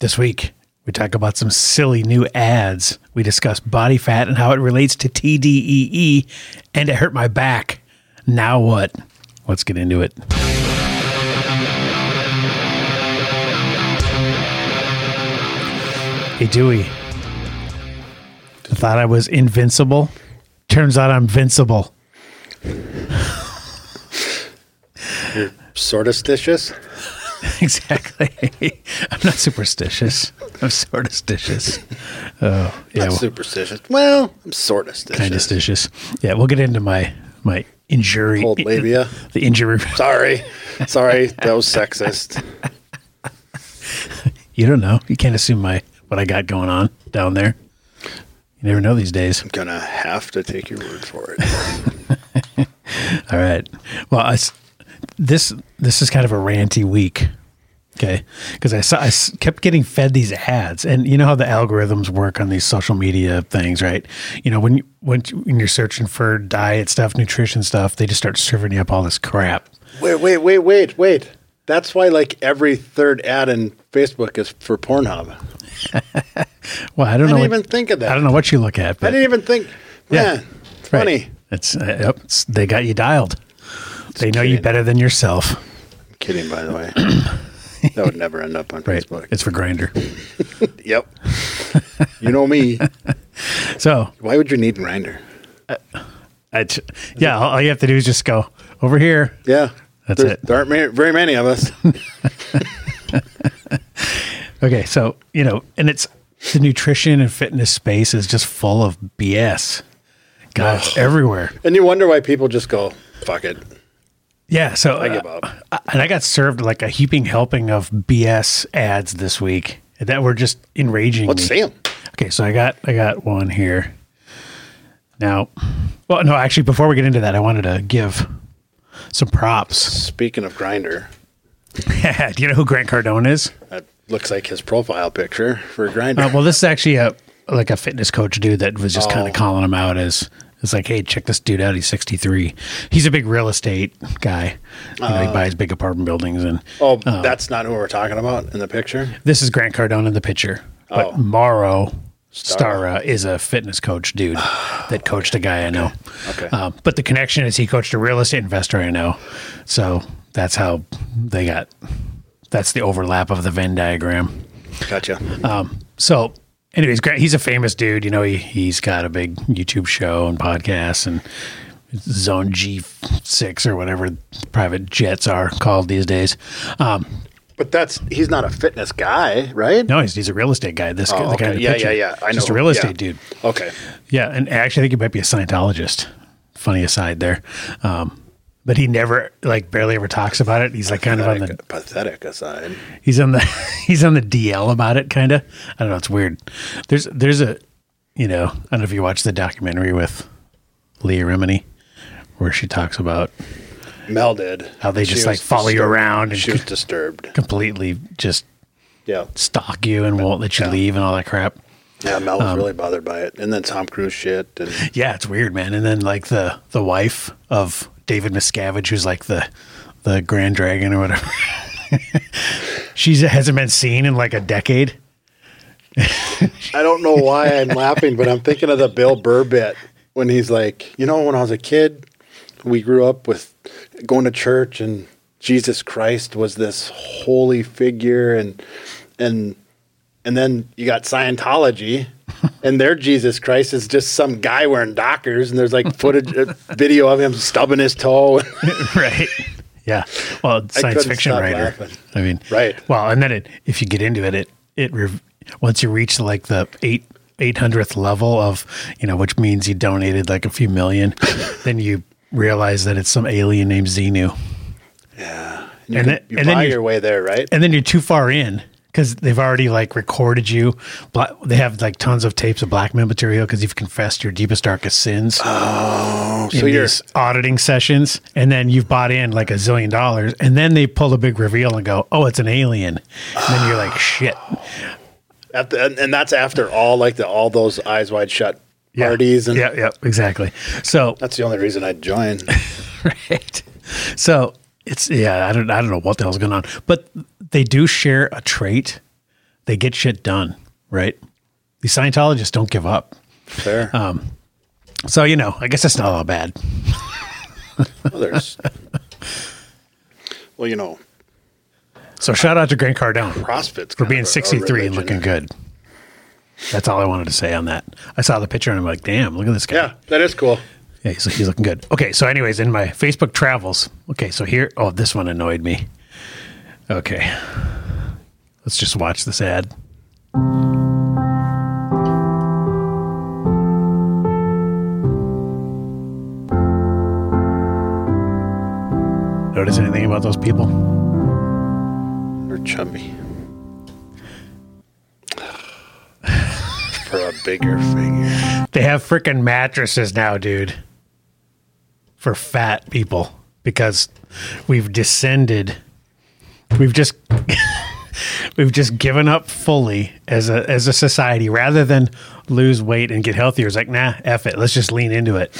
This week, we talk about some silly new ads. We discuss body fat and how it relates to TDEE, E, and it hurt my back. Now what? Let's get into it. Hey, Dewey. I thought I was invincible. Turns out I'm vincible. Sortistitious? exactly. I'm not superstitious. I'm sortistitious. Oh, yeah. Not well- superstitious. Well, I'm sortistitious. kind of stitious. Yeah, we'll get into my my injury, Cold labia. the injury. Sorry. Sorry. That was sexist. You don't know. You can't assume my what I got going on down there. You never know these days. Gonna have to take your word for it. All right. Well, I s this this is kind of a ranty week. Okay, because I saw I s- kept getting fed these ads, and you know how the algorithms work on these social media things, right? You know when you, when, you, when you're searching for diet stuff, nutrition stuff, they just start serving you up all this crap. Wait, wait, wait, wait, wait. That's why like every third ad in Facebook is for Pornhub. I Well, I don't know. didn't what- even think of that. I don't know what you look at. But I didn't even think. Yeah. Man, Right. funny. It's uh, yep, it's, they got you dialed. they know you kidding. better than yourself. Kidding, by the way. that would never end up on Right. Facebook. It's for grinder. yep. you know me. So, Why would you need Grinder? I t- yeah, all all you have to do is just go over here. Yeah. That's There's- it. There aren't ma- very many of us. Okay, so, you know, and it's the nutrition and fitness space is just full of BS. God, it's everywhere. And you wonder why people just go, fuck it. Yeah, so I give up. I- and I got served like a heaping helping of BS ads this week that were just enraging Let's me. see them. Okay, so I got I got one here. Now, well, no, actually, before we get into that, I wanted to give some props. Speaking of Grinder, Do you know who Grant Cardone is? that looks like his profile picture for Grinder. Uh, well, this is actually a like a fitness coach dude that was just kind Oh. of calling him out as it's like, hey, check this dude out. He's sixty three. He's a big real estate guy. You know, he buys big apartment buildings, and oh, that's not who we're talking about in the picture. this is Grant Cardone in the picture. But Oh. Morrow Stara is a fitness coach dude that coached a guy I know. Okay. Um, but the connection is he coached a real estate investor I know. So that's how they got. That's the overlap of the Venn diagram. Gotcha. So, anyways, Grant, he's a famous dude. You know, he he's got a big YouTube show and podcast and Zone G six or whatever private jets are called these days. Um, but that's he's not a fitness guy, right? no, he's, he's a real estate guy. This guy, Oh, the guy in okay. the Yeah, picture. yeah, yeah. I know. Just a who- real yeah. estate dude. Okay. Yeah, and actually, I think he might be a Scientologist. Funny aside there, um, but he never like barely ever talks about it. He's like kind of on the Pathetic, pathetic aside. he's on the he's on the DL about it, kind of. I don't know. It's weird. There's there's a you know I don't know if you watched the documentary with Leah Remini where she talks about Mel did. How they She just, was like, follow you disturbed. around and- she was disturbed. completely just Yeah. stalk you and won't let you leave and all that crap. Yeah, Mel Um, was really bothered by it. And then Tom Cruise shit and Yeah, it's weird, man. And then like the the wife of David Miscavige, who's like the the Grand Dragon or whatever. she hasn't been seen in like a decade. I don't know why I'm laughing, but I'm thinking of the Bill Burr bit when he's like, you know, when I was a kid, we grew up with going to church and Jesus Christ was this holy figure and and and then you got Scientology and their Jesus Christ is just some guy wearing dockers and there's like footage uh, video of him stubbing his toe. right. Yeah. Well, science couldn't fiction stop writer. laughing. I mean, Right. Well, and then it, if you get into it, it, it, rev once you reach like the eight, 800th level of, you know, which means you donated like a few million, then you realize that it's some alien named Xenu. yeah. And you, And can- then- you and then buy you- your way there, right? And then you're too far in because they've already like recorded you. Bla- They have like tons of tapes of blackmail material because you've confessed your deepest, darkest sins. in Ah. Oh, so you're these auditing sessions, and then you've bought in like a zillion dollars, and then they pull a big reveal and go, "Oh, it's an alien," and then you're like, "Shit!" at the, and, and that's after all like the all those eyes wide shut parties and yeah, yeah, exactly. So, That's the only reason I'd join. right, so it's yeah, I don't, I don't know what the hell's going on, but they do share a trait they get shit done, right? These Scientologists don't give up. Fair. Um, so you know, I guess it's not all bad. Well, there's. well, you know, So shout out to Grant Cardone CrossFit's for kind being of a- a 63 and looking religion. good. That's all I wanted to say on that. I saw the picture and I'm like, damn, look at this guy. Yeah, that is cool. Yeah, he's, he's looking good. Okay, so anyways, in my Facebook travels. Okay, so here. Oh, this one annoyed me. Okay, let's just watch this ad. Notice anything about those people? Or chubby. For a bigger figure. They have freaking mattresses now, dude. For fat people, because we've descended. We've just we've just given up fully as a as a society, rather than lose weight and get healthier. It's like, nah, f it. Let's just lean into it.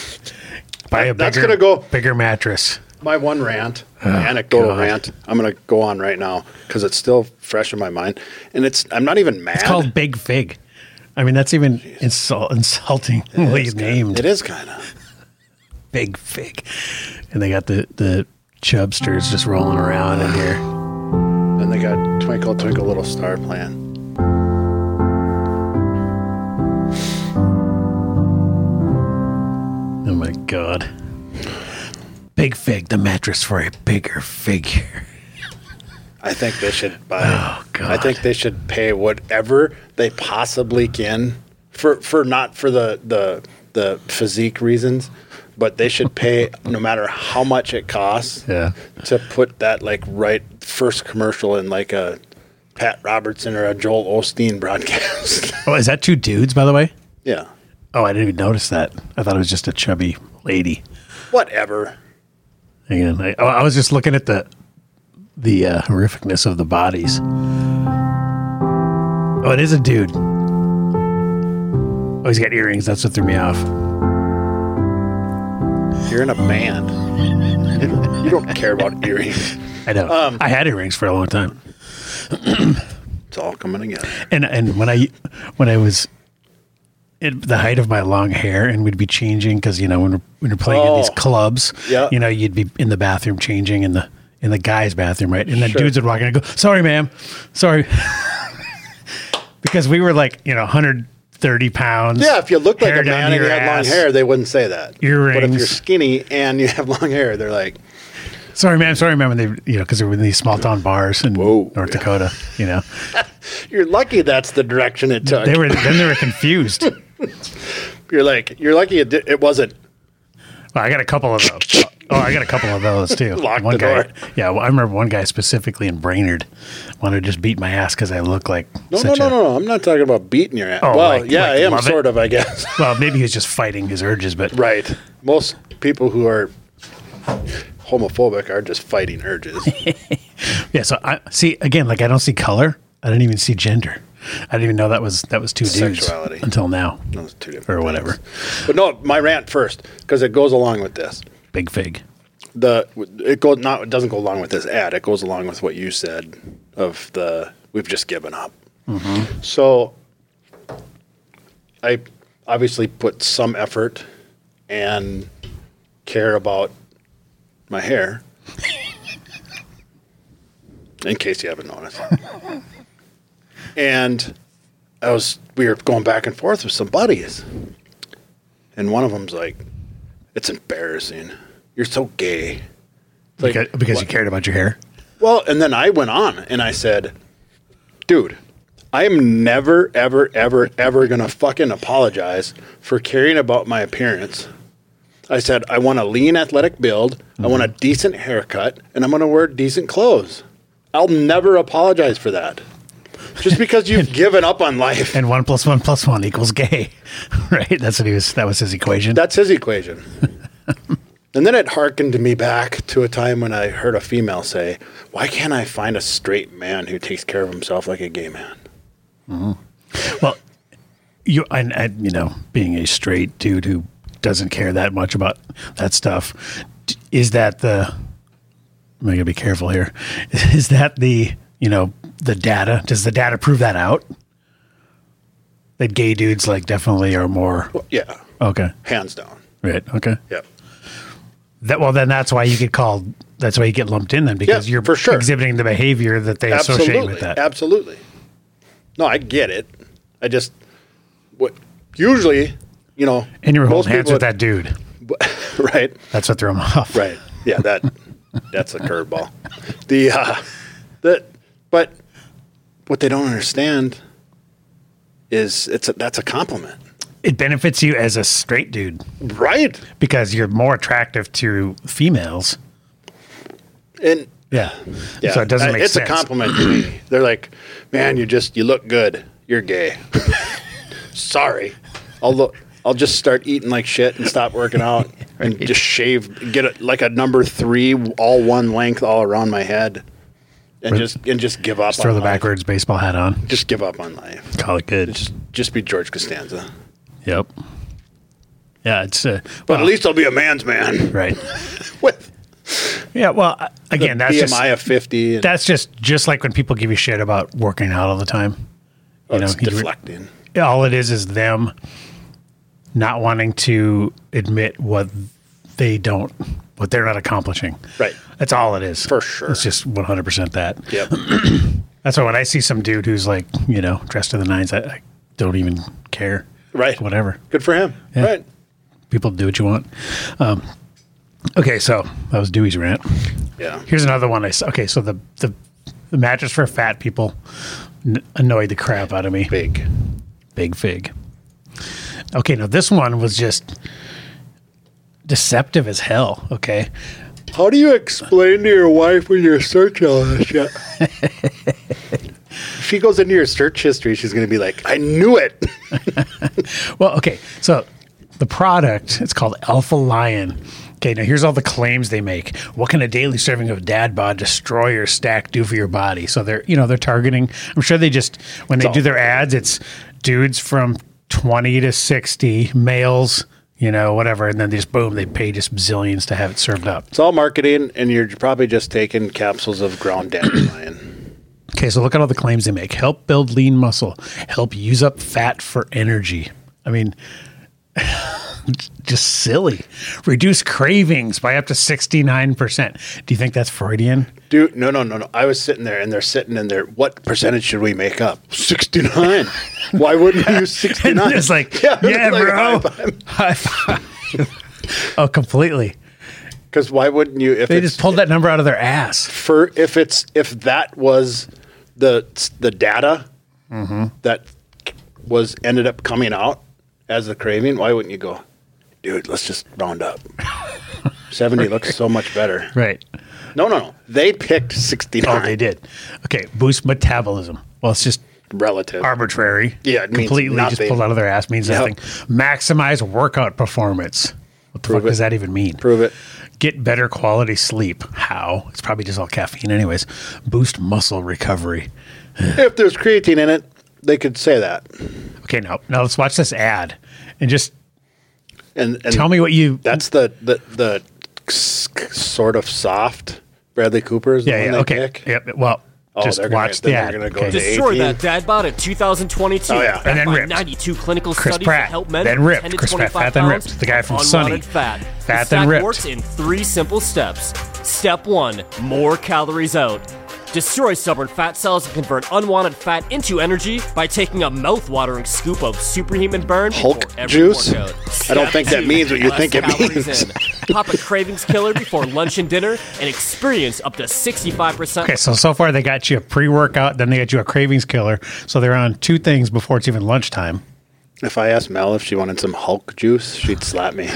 Buy a bigger, That's gonna go- bigger mattress. My one rant, anecdotal Oh, God. rant, I'm going to go on right now because it's still fresh in my mind. And it's, I'm not even mad. It's called Big Fig. I mean, that's even insult, insultingly named. It is kind of. big fig. And they got the the chubsters just rolling around in here. And they got Twinkle, Twinkle Little Star playing. Oh my god. Big fig, the mattress for a bigger figure. I think they should buy. Oh, God. I think they should pay whatever they possibly can for for not for the the the physique reasons, but they should pay no matter how much it costs. Yeah. To put that like right first commercial in like a Pat Robertson or a Joel Osteen broadcast. Oh, is that two dudes, by the way? yeah. Oh, I didn't even notice that. I thought it was just a chubby lady. Whatever. Hang on. I, oh, I was just looking at the the uh, horrificness of the bodies. Oh, it is a dude. Oh, he's got earrings. That's what threw me off. You're in a band. you don't care about earrings. I know. Um, I had earrings for a long time. It's all coming together. and and when I when I was at the height of my long hair and would be changing because you know when we're, when you're playing in these Oh. clubs, Yeah. you know you'd be in the bathroom changing in the in the guy's bathroom, right? And then Sure. dudes would walk in and go, "Sorry, ma'am, sorry," because we were like you know 130 pounds. Yeah, if you looked like hair a down to man and you your had long ass. hair, they wouldn't say that. But if you're Earrings. skinny and you have long hair, they're like, sorry, ma'am, sorry, ma'am. And they you know because they were in these small town bars in Whoa. North Dakota, you know, "You're lucky that's the direction it took." they were then they were confused. you're like, "You're lucky it, di- it wasn't." Well, I got a couple of those. Oh, I got a couple of those too. Lock one the guy, door. Yeah, well, I remember one guy specifically in Brainerd wanted to just beat my ass because I look like No, no, such no, a. no, no. I'm not talking about beating your ass. Oh, well, like- yeah, like I am love it? sort of, I guess. Well, maybe he was just fighting his urges, but right. Most people who are homophobic are just fighting urges. yeah. So I see again, like I don't see color. I didn't even see gender. I didn't even know that was that was two dudes Sexuality. until now, Those two different or things. whatever. But no, my rant first because it goes along with this. Big fig. the it goes not it doesn't go along with this ad. It goes along with what you said of the we've just given up. So I obviously put some effort and care about my hair. in case you haven't noticed. and I was we were going back and forth with some buddies. And one of them's like, It's embarrassing. You're so gay. It's like, Because, because you what? cared about your hair. Well, and then I went on and I said, dude, I am never, ever, ever, ever going to fucking apologize for caring about my appearance. I said, I want a lean athletic build. I want a decent haircut and I'm going to wear decent clothes. I'll never apologize for that. Just because you've given up on life. And one plus one plus one equals gay, right? That's what he was. That was his equation. That's his equation. and then it hearkened me back to a time when I heard a female say, Why can't I find a straight man who takes care of himself like a gay man? Well, you and, and you know, being a straight dude who doesn't care that much about that stuff, d- is that the? I'm gonna be careful here. Is that the you know the data does the data prove that out? That gay dudes like definitely are more Well, yeah, okay, hands down. right? Okay, Yep. that well then that's why you get called. That's why you get lumped in then because Yeah, you're for sure. exhibiting the behavior that they associate Absolutely. with that. Absolutely. No, I get it. I just what usually, you know, and you were holding most hands people- with that dude. right? That's what threw him off. Right. Yeah, that that's a curveball. The uh that but what they don't understand is it's a, that's a compliment. It benefits you as a straight dude Right. because you're more attractive to females. And Yeah. yeah, So it doesn't I- make it's sense. a compliment to me. They're like, "Man, you just you look good. You're gay." Sorry. I'll look I'll just start eating like shit and stop working out and just shave get a, like a number 3 all one length all around my head and just and just give up Throw on the life. backwards baseball hat on. just give up on life. Call it good. Just just be George Costanza. Yep. Yeah, it's uh, But well, at least I'll be a man's man right. with Yeah, well, I- again, that's BMI just of fifty. And that's just just like when people give you shit about working out all the time. You oh, it's you- deflecting. all it is is them not wanting to admit what they don't, what they're not accomplishing. Right. That's all it is. For sure. It's just 100% that. Yep. That's why when I see some dude who's like, you know, dressed to the nines, I, I don't even care. Right. Whatever. Good for him. Right. People do what you want. Um, okay, so that was Dewey's rant. Yeah. Here's another one I saw. Okay, so the, the, the mattress for fat people n- annoyed the crap out of me. Big. Big fig. Okay, now this one was just deceptive as hell. Okay. How do you explain to your wife when you're searching all this shit? she goes into your search history. She's going to be like, "I knew it." Well, okay. So the product, it's called Alpha Lion. Okay, now here's all the claims they make. What can a daily serving of dad bod destroy or stack do for your body? So they're, you know, they're targeting. I'm sure they just when they do their ads, it's dudes from 20 to 60, males, you know, whatever, and then they just boom, they pay just zillions to have it served up. It's all marketing, and you're probably just taking capsules of ground dandelion. Okay, so look at all the claims they make. Help build lean muscle, help use up fat for energy. I mean, just silly. Reduce cravings by up to 69%. Do you think that's Freudian? Dude, no, no, no, no. I was sitting there, and they're sitting in there. What percentage should we make up? Sixty nine. Why wouldn't we use sixty And nine? it's like, yeah, bro. High five. oh, completely. Because why wouldn't you? If They it's just pulled that number out of their ass. for if it's if that was the the data that was ended up coming out as the craving, why wouldn't you go, dude? Let's just round up. Seventy looks so much better. Right. No, no, no. They picked sixty Oh, nine. they did. Okay, boost metabolism. Well, it's just relative. arbitrary. Yeah, it means completely just nothing. pulled out of their ass means Yep. nothing. Maximize workout performance. What the fuck it. does that even mean? Prove it. Get better quality sleep. How? It's probably just all caffeine, anyways. Boost muscle recovery. if there's creatine in it, they could say that. Okay, now now let's watch this ad and just And, and tell me what you. That's the the the s- sort of soft Bradley Cooper is the yeah, one yeah, they okay. pick. Yep. Well, Oh, just they're gonna- watch then the they're ad. gonna go okay. to the- Destroy 18. that dad bod in 2022. Oh, yeah. And then Backed by ripped. 92 clinical Chris studies Pratt. that help men Then from ripped. 10 to Chris Pratt. 25 Fat, then pounds ripped. The guy from on Sunny. wanted Fat. Fat, the then stack ripped. works in three simple steps. Step one: more calories out. Destroy stubborn fat cells and convert unwanted fat into energy by taking a mouth-watering scoop of superhuman burn Hulk before every juice? workout. I don't Step think that two, means what you less think it calories means. in. Pop a cravings killer before lunch and dinner and experience up to 65% Okay, so so far they got you a pre-workout, then they got you a cravings killer. So they're on two things before it's even lunchtime. If I asked Mel if she wanted some Hulk juice, she'd slap me.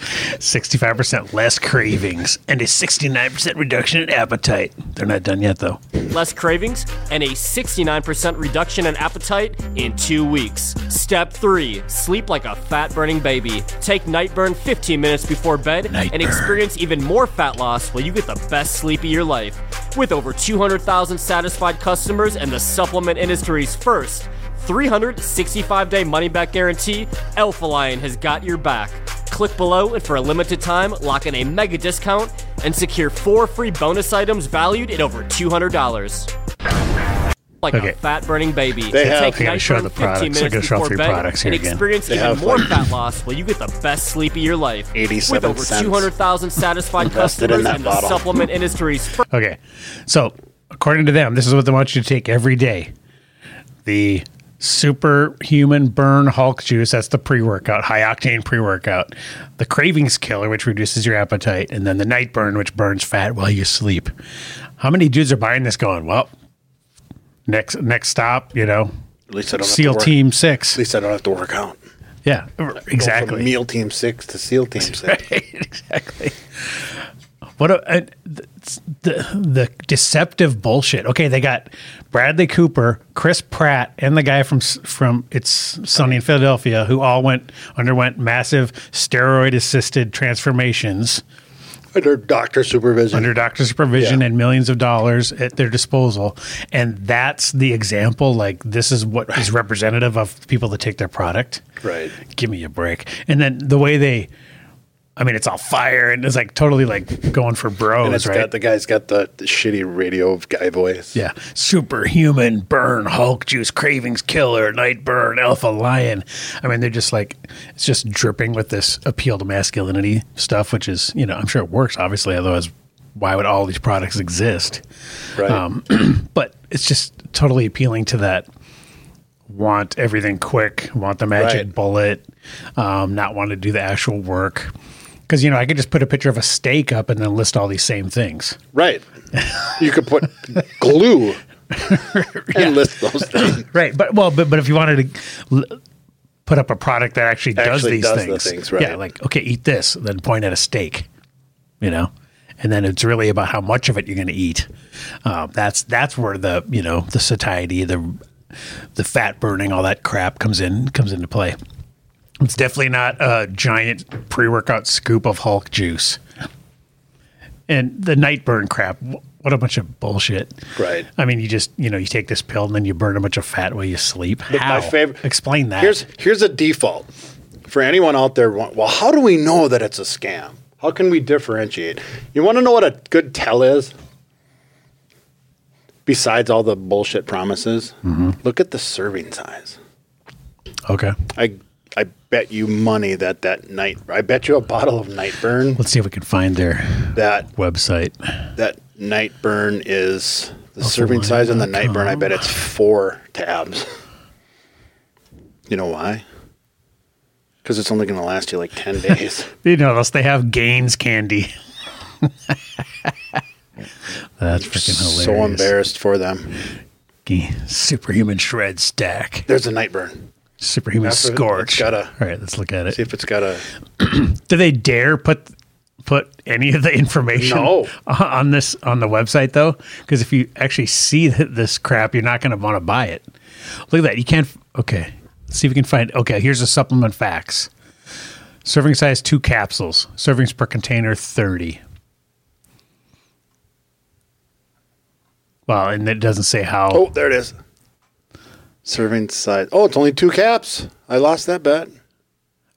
65% less cravings and a 69% reduction in appetite. They're not done yet, though. less cravings, and a 69% reduction in appetite in two weeks. Step three sleep like a fat burning baby. Take Night Burn 15 minutes before bed Night and Burn. experience even more fat loss while you get the best sleep of your life. With over 200,000 satisfied customers and the supplement industry's first 365 day money back guarantee, Alpha Lion has got your back. Click below and for a limited time, lock in a mega discount and secure four free bonus items valued at over $200. like Okay. a fat burning baby. They have- I gotta show the 15 products. minutes I gotta show before three bed products here and again. experience They even have, more like, fat loss while you get the best sleep of your life. With 87 over cents 200,000 satisfied invested in customers that and the bottle. supplement industry's first Okay. So, according to them, this is what they want you to take every day the superhuman burn Hulk juice. That's the pre workout, high octane pre workout. The cravings killer, which reduces your appetite. And then the night burn, which burns fat while you sleep. How many dudes are buying this going, well, next next stop, you know, At least I don't have SEAL to work. Team At 6? least I don't have to work out. Go Yeah, exactly. From meal team six to SEAL team six. exactly. What a, and th- the the deceptive bullshit. Okay, they got Bradley Cooper, Chris Pratt, and the guy from S- from It's Sunny in Philadelphia, who all went underwent massive steroid assisted transformations Under doctor supervision. under doctor's supervision Yeah. and millions of dollars at their disposal, and that's the example. Like this is what is representative of people that take their product right. give me a break. And then the way they, I mean, it's all fire and it's like totally like going for bros, And it's right? got the guy's got the, the shitty radio guy voice. yeah, superhuman burn, Hulk juice, cravings killer, night burn, alpha lion. I mean, they're just like it's just dripping with this appeal to masculinity stuff, which is you know I'm sure it works obviously, otherwise why would all these products exist? Right. um, But it's just totally appealing to that. Want everything quick, want the magic Right. bullet, um, not want to do the actual work. Because, you know, I could just put a picture of a steak up and then list all these same things. right. you could put glue and list those things. Right. But, well, but, but if you wanted to l- put up a product that actually does Actually these does the things, things, right. Yeah. Like, okay, eat this, then point at a steak, you know? And then it's really about how much of it you're going to eat. Um, that's that's where the you know the satiety, the the fat burning, all that crap comes in comes into play. It's definitely not a giant pre workout scoop of Hulk juice. And the night burn crap, wh- what a bunch of bullshit. Right. I mean, you just, you know, you take this pill and then you burn a bunch of fat while you sleep. But How? my favorite. Explain that. Here's here's a default for anyone out there. wa- Well, how do we know that it's a scam? How can we differentiate? You want to know what a good tell is? Besides all the bullshit promises, look at the serving size. okay. I I bet you money that that night. I bet you a bottle of Nightburn Let's see if we can find their that website. that Nightburn is the Oh, serving size on the Nightburn. I bet it's four tabs. You know why? Because it's only going to last you like ten days. You know, unless they have Gaines candy. That's freaking hilarious. so embarrassed for them. Ga- Superhuman shred stack. There's a Nightburn. Superhuman That's what- it's scorch. gotta- All right, let's look at it. See if it's got a. Do they dare put put any of the information No. on on this on the website though? Because if you actually see th- this crap, you're not going to want to buy it. Look at that. You can't. Okay, let's see if we can find. Okay, here's the supplement facts. Serving size two capsules. Servings per container thirty. Well, and it doesn't say how. Oh, there it is. Serving size. Oh, it's only two caps. I lost that bet.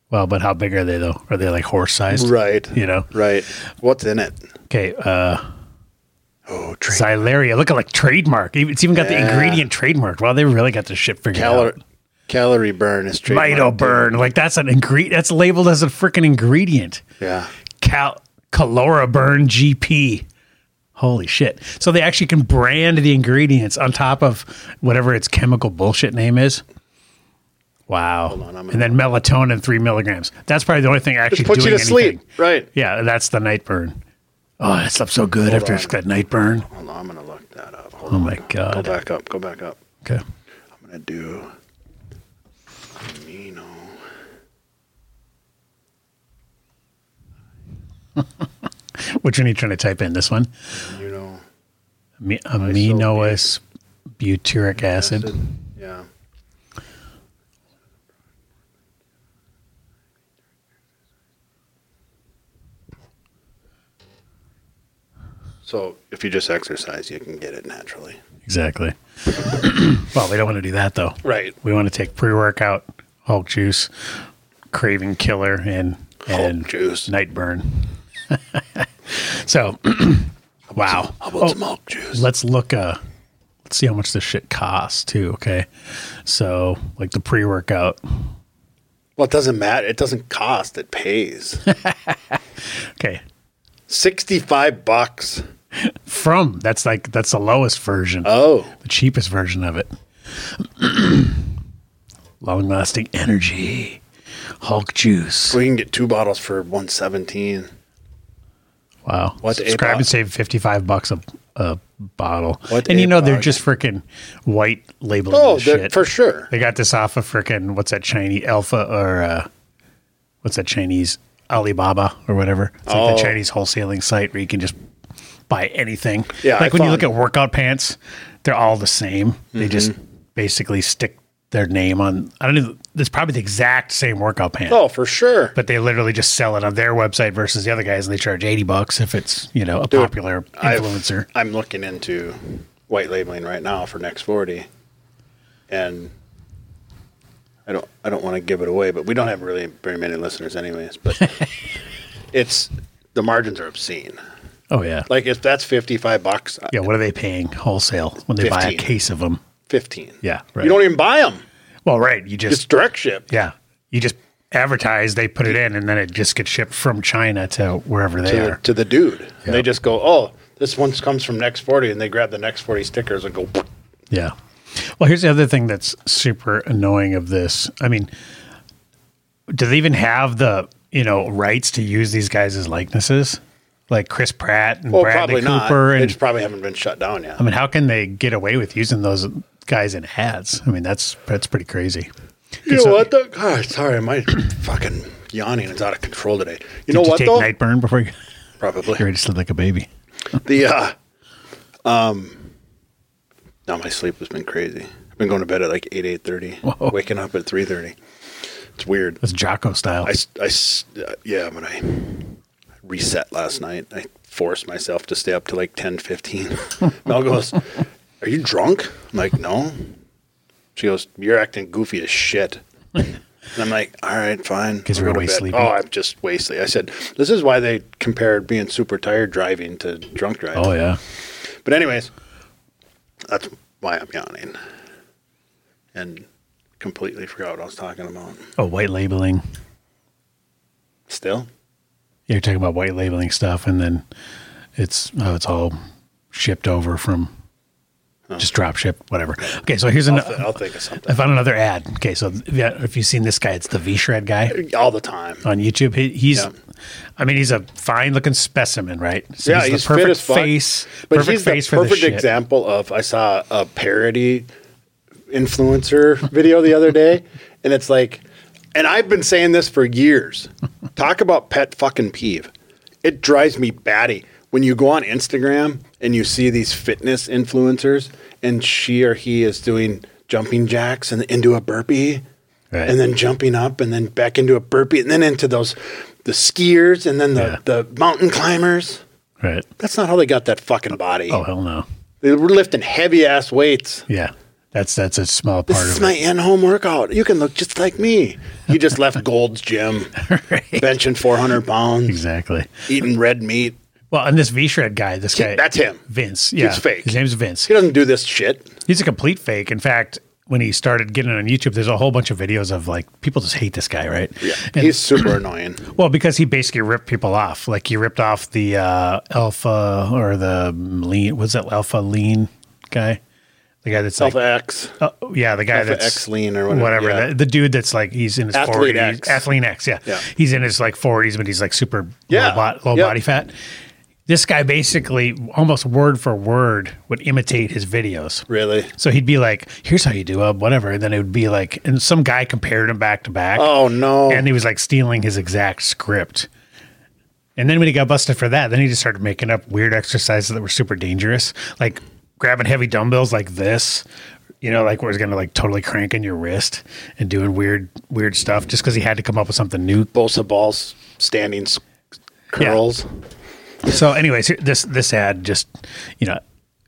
Well, but how big are they though? Are they like horse sized? Right. You know. Right. What's in it? Okay. Uh, Oh, trade Xylaria. Look at like trademark. Even- It's even got the Yeah. ingredient trademarked. Wow, they really got this shit figured Calor- out. calorie burn is trade. Mito burn. Like that's an ingredient. That's labeled as a freaking ingredient. Yeah. Cal Calora burn GP. Holy shit! So they actually can brand the ingredients on top of whatever its chemical bullshit name is. Wow. on, I'm and then melatonin three milligrams. That's probably the only thing actually Just puts you doing to sleep. anything. Right. Yeah, that's the night burn. Oh, I slept so good after on. that night burn. Hold on, I'm gonna look that up. Hold Oh on. my Go god. back up. Go back up. Okay. I'm gonna do amino. Which one are you trying to type in? This one? You know, Mi- Aminois butyric acid. yeah. So if you just exercise, you can get it naturally. Exactly. well, we don't want to do that though. Right. We want to take pre-workout Hulk juice, craving killer, and and juice. night burn. so, wow. How about some milk juice? Let's look. Uh, let's see how much this shit costs too. Okay, so like the pre workout. Well, it doesn't matter. It doesn't cost. It pays. Okay, Sixty-five bucks. from that's like that's the lowest version, Oh, the cheapest version of it. Long lasting energy, Hulk juice. so we can get two bottles for one seventeen. Wow. What, eight Subscribe bucks? and save 55 bucks a, a bottle. What, and you eight know, they're bucks? just freaking white labeling. Oh, Oh, they're- shit. for sure. They got this off of freaking, what's that Chinese alpha or uh, what's that Chinese Alibaba or whatever? It's like Oh. the Chinese wholesaling site where you can just buy anything. Yeah, I Like when you look at found- Mm-hmm. workout pants, they're all the same. They just basically stick their name on, I don't know, it's probably the exact same workout pant Oh, for sure. but they literally just sell it on their website versus the other guys and they charge 80 bucks if it's you know a popular I've- influencer I'm looking into white labeling right now for next forty, and I don't I don't want to give it away, but we don't have really very many listeners, anyways. But it's the margins are obscene. oh yeah Like if that's fifty five bucks, uh, yeah what are they paying wholesale when they buy a 15. case of them fifteen. yeah right you don't even buy them. well right you It's just direct ship. yeah you just advertise they put it in and then it just gets shipped from china to wherever they to the, are to the dude. And Yeah. They just go, oh, this one comes from Next 40, and they grab the Next 40 stickers and go, "Oh, Yeah. Well, here's the other thing that's super annoying of this. I mean, do they even have the you know rights to use these guys' likenesses, like Chris Pratt and well, Bradley probably not. Cooper? they And just probably haven't been shut down yet. I mean, how can they get away with using those guys in ads? I mean, that's that's pretty crazy. you so- know what? Though? God, sorry, my fucking yawning is out of control today. You know Did you what, take though? night burn before you? probably. You already slept like a baby. The, uh, um, now my sleep has been crazy. I've been going to bed at like 8, 8.30, waking up at 3.30. It's weird. That's Jocko style. I, s- I s- uh, yeah, when I reset last night, I forced myself to stay up to like ten fifteen. Mel goes, Are you drunk? I'm like, No. She goes, You're acting goofy as shit. And I'm like, All right, fine. 'Cause I'll you're go to way bed." sleepy. Oh, I'm just way sleepy. I said, This is why they compared being super tired driving to drunk driving. oh yeah. But, anyways, that's why I'm yawning. And completely forgot what I was talking about. Oh, white labeling. Still? You're talking about white labeling stuff, and then it's oh, it's all shipped over from just drop ship, whatever. Okay, so here's an. I'll, I'll think of something. I found another ad. Okay, so th- yeah, if you've seen this guy, it's the V Shred guy all the time. on YouTube. He, he's, Yeah. I mean, he's a fine looking specimen, right? So yeah, he's, the perfect fit as fuck. face, but perfect he's face the for perfect this shit. example of. I saw a parody influencer video the other day, and it's like, and I've been saying this for years. Talk about pet fucking peeve. It drives me batty when you go on Instagram and you see these fitness influencers, and she or he is doing jumping jacks and into a burpee Right. and then jumping up and then back into a burpee and then into those the skiers and then the, the mountain climbers. Right. That's not how they got that fucking body. Oh hell no. They were lifting heavy ass weights. Yeah, that's that's a small part This is of my it. in-home workout. You can look just like me. You just left Gold's gym, benching 400 pounds, Exactly. eating red meat. Well, and this V Shred guy, this guy, That's him. Vince. Yeah, fake. His name's Vince. He doesn't do this shit. He's a complete fake. In fact, when he started getting on YouTube, there's a whole bunch of videos of like people just hate this guy, right? Yeah. He's super annoying. well, because he basically ripped people off. Like he ripped off the uh, alpha or the lean. Was that alpha lean guy? The guy that's Alpha like, X. uh, yeah, the guy Alpha that's X lean or whatever, yeah. the, the dude that's like he's in his Athlete forties, X. athlete X. Yeah. Yeah. he's in his like forties, but he's like super Yeah. low, bo- low Yep. body fat. This guy basically, almost word for word, would imitate his videos. Really? So he'd be like, "Here's how you do it, whatever," and then it would be like, and some guy compared him back to back, Oh, no. and he was like stealing his exact script. And then when he got busted for that, then he just started making up weird exercises that were super dangerous, like grabbing heavy dumbbells like this, you know, like where it's going to like totally crank in your wrist and doing weird, weird stuff just because he had to come up with something new. Bosa balls, standing s- Yeah. curls. So, anyways, here- this this ad just, you know,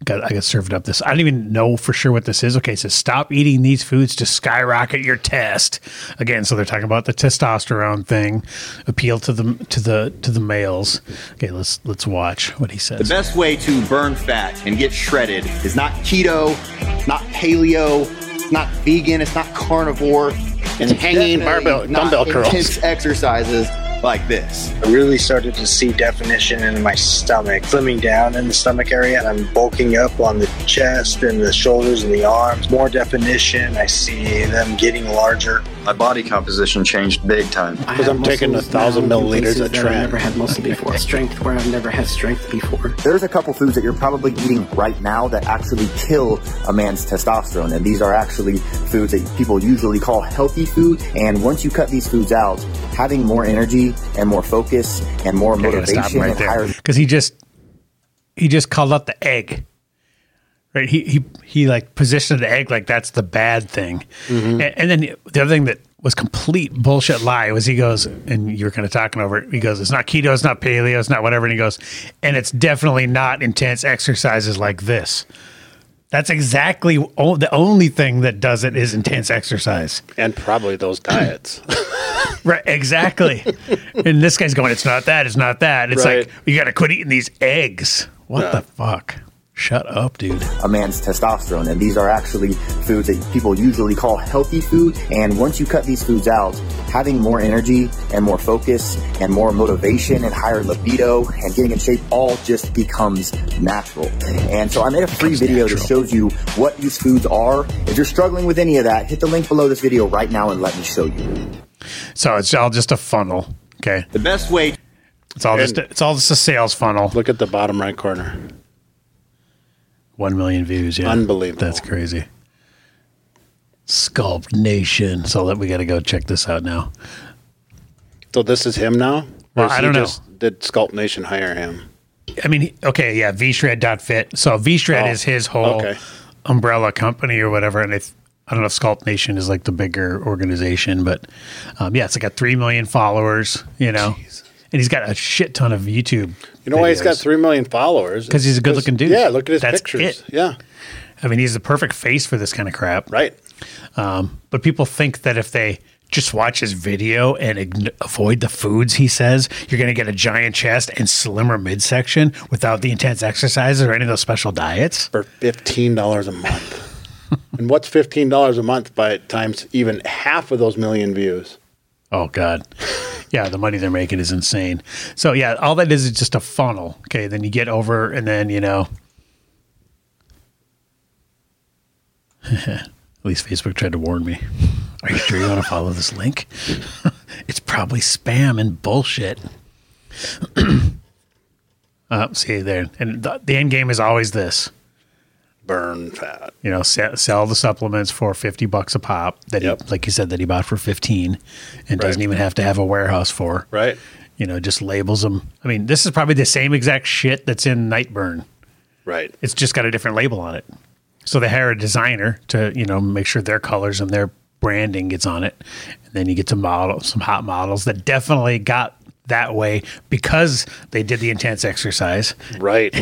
got I got served up this. I don't even know for sure what this is. Okay, it says stop eating these foods to skyrocket your test. Again, so they're talking about the testosterone thing. Appeal to the to the to the males. Okay, let's let's watch what he says. The best way to burn fat and get shredded is not keto, not paleo, not vegan, it's not carnivore, and definitely hanging barbell- not dumbbell curls. Intense exercises like this. I really started to see definition in my stomach, slimming down in the stomach area. I'm bulking up on the chest and the shoulders and the arms. More definition. I see them getting larger. My body composition changed big time. Because I'm taking a thousand milliliters of I've never Tren. had muscle before. strength where I've never had strength before. There's a couple foods that you're probably eating right now that actually kill a man's testosterone, and these are actually foods that people usually call healthy food. And once you cut these foods out, having more energy and more focus and more I gotta stop motivation right and higher there because he just he just called out the egg. Right, he he he like positioned the egg like that's the bad thing, and, and then the other thing that was complete bullshit lie was he goes and you were kind of talking over it. He goes, it's not keto, it's not paleo, it's not whatever, and he goes, and it's definitely not intense exercises like this. That's exactly o- the only thing that does it is intense exercise. And probably those diets. Right, exactly. and this guy's going, it's not that, it's not that. It's Right. like, you got to quit eating these eggs. What the fuck? Shut up, dude. a man's testosterone, and these are actually foods that people usually call healthy food. And once you cut these foods out, having more energy and more focus and more motivation and higher libido and getting in shape all just becomes natural. And so I made a free video that shows you what these foods are. If you're struggling with any of that, hit the link below this video right now and let me show you. So it's all just a funnel. Okay. The best way It's all just it's all just a sales funnel. Look at the bottom right corner. One million views. Yeah. Unbelievable. That's crazy. Sculpt Nation. So that we got to go check this out now. So this is him now? Well, is I he don't know. did Sculpt Nation hire him? I mean, he- okay, yeah, vshred.fit. So vshred Oh, is his whole okay. umbrella company or whatever. And it's, I don't know if Sculpt Nation is like the bigger organization, but um, yeah, it's like got 3 million followers, you know? And he's got a shit ton of YouTube. You know why he's got videos. three million followers? 'Cause he's a good-looking dude. Yeah, look at his That's pictures. it. Yeah, I mean, he's the perfect face for this kind of crap. right. Um, But people think that if they just watch his video and ign- avoid the foods he says, you're going to get a giant chest and slimmer midsection without the intense exercises or any of those special diets. For fifteen dollars a month. and what's fifteen dollars a month by times even half of those million views? Oh God. Yeah, the money they're making is insane. So yeah, all that is is just a funnel. Okay, then you get over and then, you know. At least Facebook tried to warn me. Are you sure you want to follow this link? it's probably spam and bullshit. uh, see there. And the, the end game is always this Burn fat. you know, sell, sell the supplements for 50 bucks a pop that, he, Yep. like you said, that he bought for 15 and doesn't even have to have a warehouse for. Right. You know, just labels them. I mean, this is probably the same exact shit that's in Nightburn. Right. It's just got a different label on it. So they hire a designer to, you know, make sure their colors and their branding gets on it. And then you get to model some hot models that definitely got that way because they did the intense exercise Right.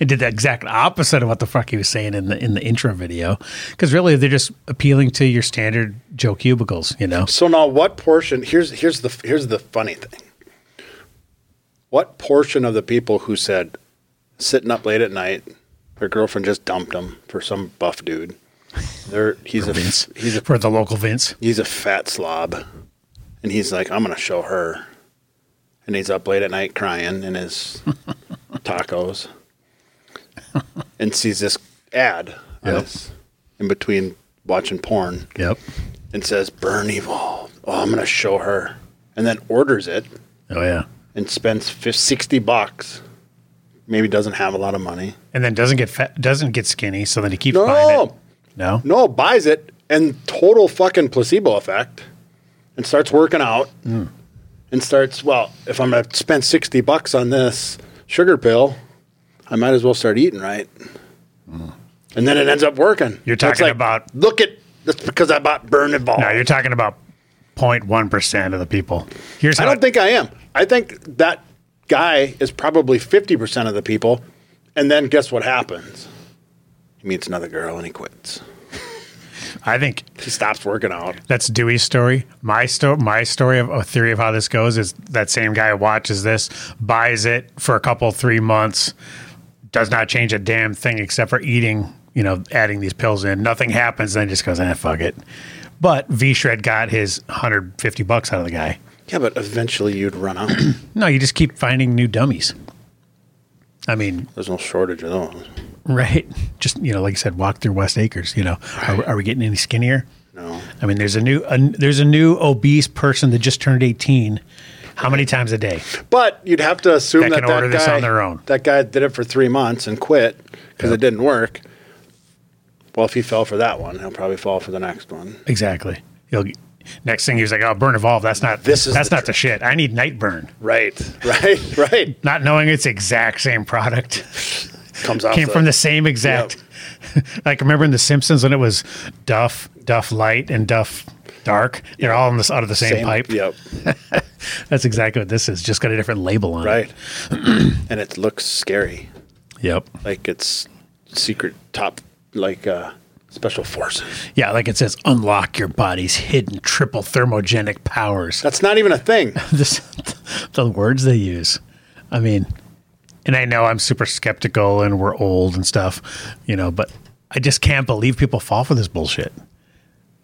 and did the exact opposite of what the fuck he was saying in the in the intro video because really they're just appealing to your standard Joe cubicles, you know. so now, what portion? Here's here's the here's the funny thing. What portion of the people who said sitting up late at night, their girlfriend just dumped them for some buff dude? They're, he's a Vince, he's a for the local Vince. he's a fat slob and he's like i'm gonna show her and he's up late at night crying in his tacos and sees this ad on Yep. his- in between watching porn Yep. and says burn evil oh i'm gonna show her and then orders it Oh yeah. and spends 50, 60 bucks maybe doesn't have a lot of money And then doesn't get fat, doesn't get skinny, so then he keeps buying it. no No. no buys it and total fucking placebo effect and starts working out and starts well if i'm gonna spend 60 bucks on this sugar pill i might as well start eating right and then it ends up working You're It's talking about- look at that's because i bought burn and ball No, you're talking about 0.1 percent of the people. Here's i how don't think i am i think that guy is probably 50% of the people And then guess what happens? He meets another girl and he quits. I think He stops working out. that's Dewey's story. My story, my story of a theory of how this goes is that same guy watches this, buys it for a couple three months, does not change a damn thing except for eating. You know, adding these pills in, nothing happens. Then just goes, ah, fuck it. But V Shred got his hundred fifty bucks out of the guy. Yeah, but eventually you'd run out. No, you just keep finding new dummies. I mean, There's no shortage of those. right? Just you know, like I said, walk through West Acres. You know, are, are we getting any skinnier? No. I mean, there's a new a, there's a new obese person that just turned 18. How many times a day? But you'd have to assume That that can that order guy, this on their own. That guy did it for three months and quit because it didn't work. Well, if he fell for that one, he'll probably fall for the next one. Exactly. You'll, next thing he's like, "Oh, burn evolve. That's not This is that's the not the shit. I need night burn." Right. Right. Right. Not knowing it's the exact same product Comes off came from the same exact. like remember in The Simpsons when it was Duff Duff Light and Duff Dark. They're all in this out of the same, pipe. Yep. That's exactly what this is. Just got a different label on it. Right. and it looks scary. Yep. Like it's secret top, like uh, special forces. Yeah, like it says, unlock your body's hidden triple thermogenic powers. That's not even a thing. this, the words they use. I mean, and I know I'm super skeptical and we're old and stuff, you know, but I just can't believe people fall for this bullshit.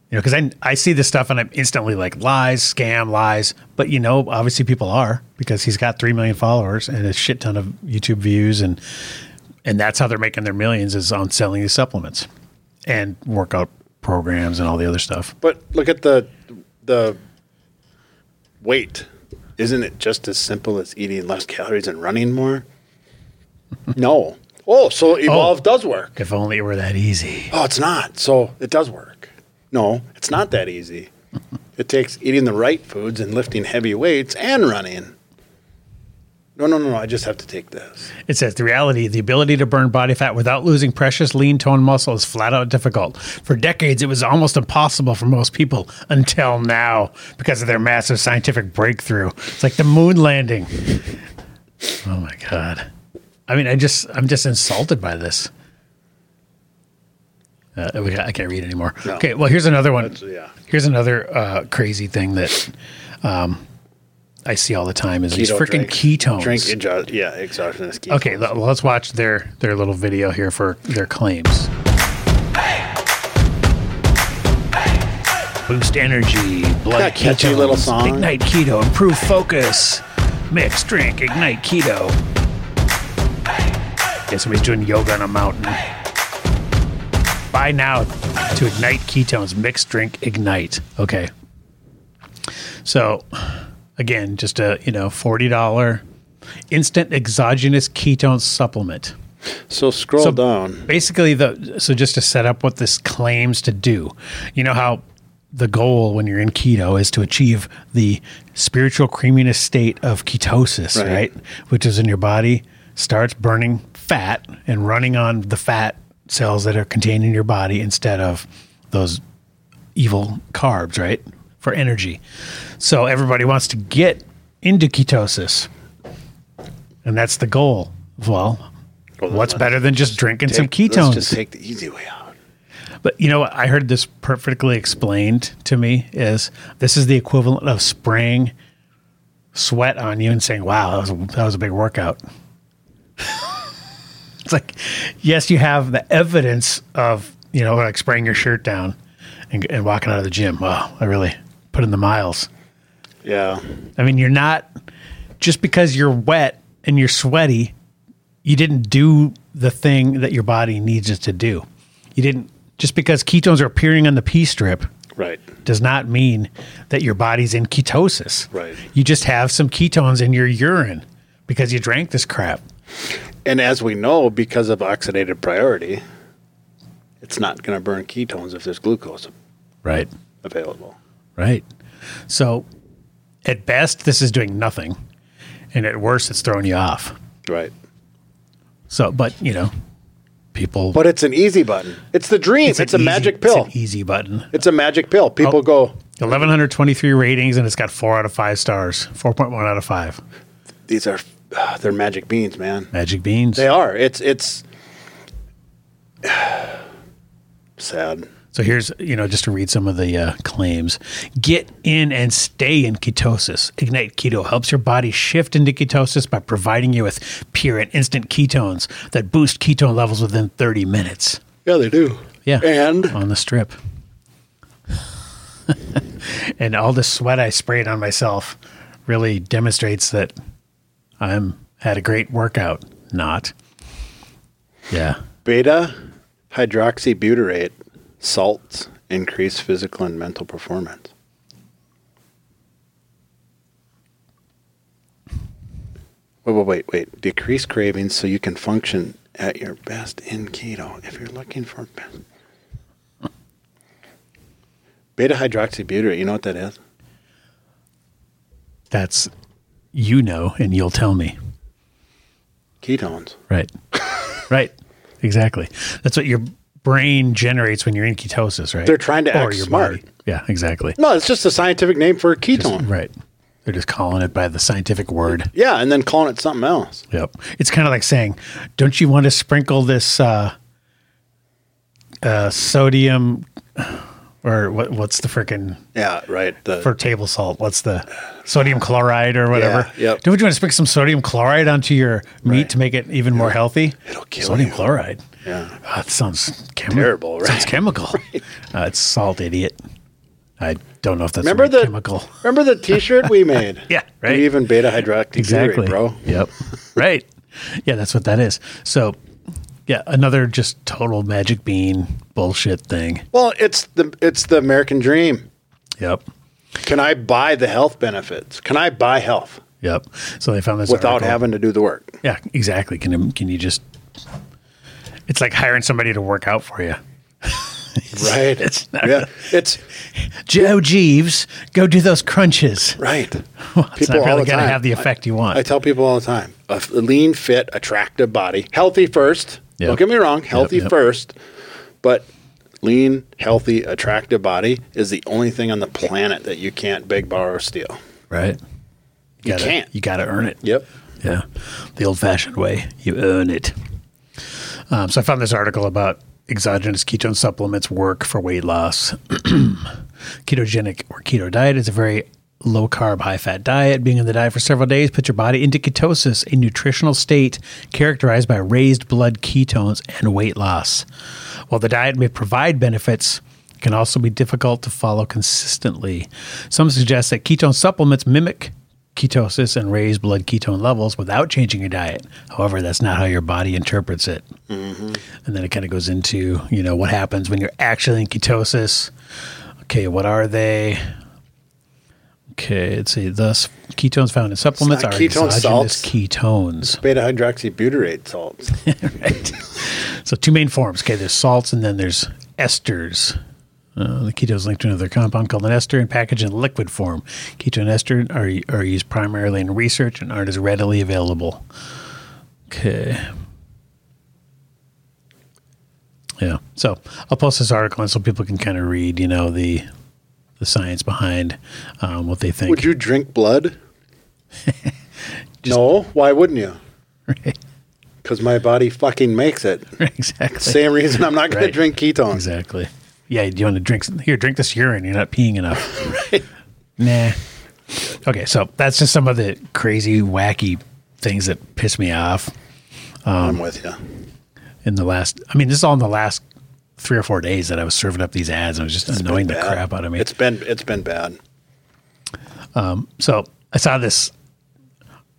You know, because I, I see this stuff and I'm instantly like lies, scam, lies. But you know, obviously people are because he's got three million followers and a shit ton of YouTube views and and that's how they're making their millions is on selling these supplements and workout programs and all the other stuff. But look at the the weight. Isn't it just as simple as eating less calories and running more? no. Oh, so evolve does work. If only it were that easy. Oh, it's not. So it does work. No, it's not that easy. it takes eating the right foods and lifting heavy weights and running. No, no, no, no. I just have to take this. It says the reality, the ability to burn body fat without losing precious lean toned muscle is flat out difficult. For decades, it was almost impossible for most people until now because of their massive scientific breakthrough. It's like the moon landing. Oh my God. I mean, I just, I'm just insulted by this. Uh, we- I can't read anymore. No. Okay. Well, here's another one. That's- yeah. Here's another uh, crazy thing that um, I see all the time is these Keto freaking drink- ketones. Drink, exha- yeah, exogenous ketones. Okay, l- let's watch their their little video here for their claims. Boost energy, blood That catchy ketones, little song. Ignite keto, improve focus. Mix, drink, ignite keto. Yeah, somebody's doing yoga on a mountain. Buy now to ignite ketones. Mix, drink, ignite. Okay. So, again, just a you know forty dollar instant exogenous ketone supplement. So scroll down. Basically, the so just to set up what this claims to do, you know how the goal when you're in keto is to achieve the spiritual creaminess state of ketosis, right? Right. Which is in your body starts burning fat and running on the fat cells that are contained in your body instead of those evil carbs, right? For energy. So everybody wants to get into ketosis. And that's the goal. Well, Well, then what's let's better than just drinking some take- Let's ketones? just take the easy way out. But you know what? I heard this perfectly explained to me is this is the equivalent of spraying sweat on you and saying, "Wow, that was that was a big workout." it's like, yes, you have the evidence of you know like spraying your shirt down and, and walking out of the gym. Wow, I really put in the miles. Yeah. I mean, you're not just because you're wet and you're sweaty, you didn't do the thing that your body needs it to do. You didn't just because ketones are appearing on the pee strip Right. does not mean that your body's in ketosis. Right. You just have some ketones in your urine because you drank this crap. And as we know, because of oxidative priority, it's not going to burn ketones if there's glucose Right. available. Right. So at best this is doing nothing and at worst it's throwing you off. Right. So but you know people But it's an easy button. It's the dream. It's, a an easy- magic pill. It's It's, an easy button. a magic pill. People Oh. go, 1123 ratings and it's got four out of five stars 4.1 out of five these are ah, they're magic beans, man. Magic beans. They are. It's it's sad. So here's, you know, just to read some of the uh, claims. Get in and stay in ketosis. Ignite Keto helps your body shift into ketosis by providing you with pure and instant ketones that boost ketone levels within 30 minutes. Yeah, they do. Yeah. And on the strip. and all the sweat I sprayed on myself really demonstrates that I'm had a great workout. Not. Yeah. beta hydroxybutyrate salts increase physical and mental performance. Wait, wait, wait, wait. Decrease cravings so you can function at your best in keto. If you're looking for best. Beta hydroxybutyrate, you know what that is? That's you know and you'll tell me. Ketones. Right. right. Exactly. That's what your brain generates when you're in ketosis, right? They're trying to act smart. body. Yeah, exactly. No, it's just a scientific name for a ketone. Right. They're just calling it by the scientific word. Yeah, and then calling it something else. Yep. It's kind of like saying, don't you want to sprinkle this uh, uh, sodium or what, what's the freaking Yeah, right. The, for table salt? What's the sodium chloride or whatever? Yeah, yep. Don't you want to sprinkle some sodium chloride onto your meat Right. to make it even more healthy? It'll kill sodium you. chloride. yeah. Ah, that sounds chemi- Terrible, right? Sounds chemical. Uh, it's salt, idiot. I don't know if that's the Remember right the chemical. Remember the T-shirt we made? Yeah, right. We even beta hydroxybutyrate, bro. Yep. right. Yeah, that's what that is. So, yeah, another just total magic bean bullshit thing. Well, it's the it's the American dream. Yep. Can I buy the health benefits? Can I buy health Yep. So they found this without article. having to do the work? Yeah, exactly. Can can you just? It's like hiring somebody to work out for you. Right. It's not- yeah. It's Joe Jeeves, go do those crunches. right. Well, it's People not all really the going to time. have the effect you want. I tell people all the time: a f- lean, fit, attractive body, healthy first. Yep. Don't get me wrong, healthy yep. first, but lean, healthy, attractive body is the only thing on the planet that you can't beg, borrow, or steal. right. You, gotta, can't. You got to earn it. Yep. Yeah, the old-fashioned way. You earn it. Um, so I found this article about exogenous ketone supplements work for weight loss. Ketogenic or keto diet is a very low carb, high fat diet. Being on the diet for several days puts your body into ketosis, a nutritional state characterized by raised blood ketones and weight loss. While the diet may provide benefits, it can also be difficult to follow consistently. Some suggest that ketone supplements mimic ketosis and raise blood ketone levels without changing your diet. However, that's not how your body interprets it. And then it kind of goes into, you know, what happens when you're actually in ketosis. Okay, what are they? Okay, let's see. Thus, ketones found in supplements not are ketone exogenous salts. ketones. Beta hydroxybutyrate salts. So two main forms. Okay, there's salts and then there's esters. Uh, the keto is linked to another compound called an ester and packaged in liquid form. Keto and ester are, are used primarily in research and aren't as readily available. Okay. Yeah. So I'll post this article and so people can kind of read, you know, the the science behind um, what they think. Would you drink blood? no. Why wouldn't you? Right. Because my body fucking makes it. exactly. Same reason I'm not going Right. to drink ketones. Exactly. Yeah, you want to drink some- here? Drink this urine. You're not peeing enough. Nah. Okay, so that's just some of the crazy, wacky things that piss me off I'm with you. in the last. I mean, this is all in the last three or four days that I was serving up these ads. And it was just annoying the Bad. crap out of me. It's been it's been bad. so I saw this.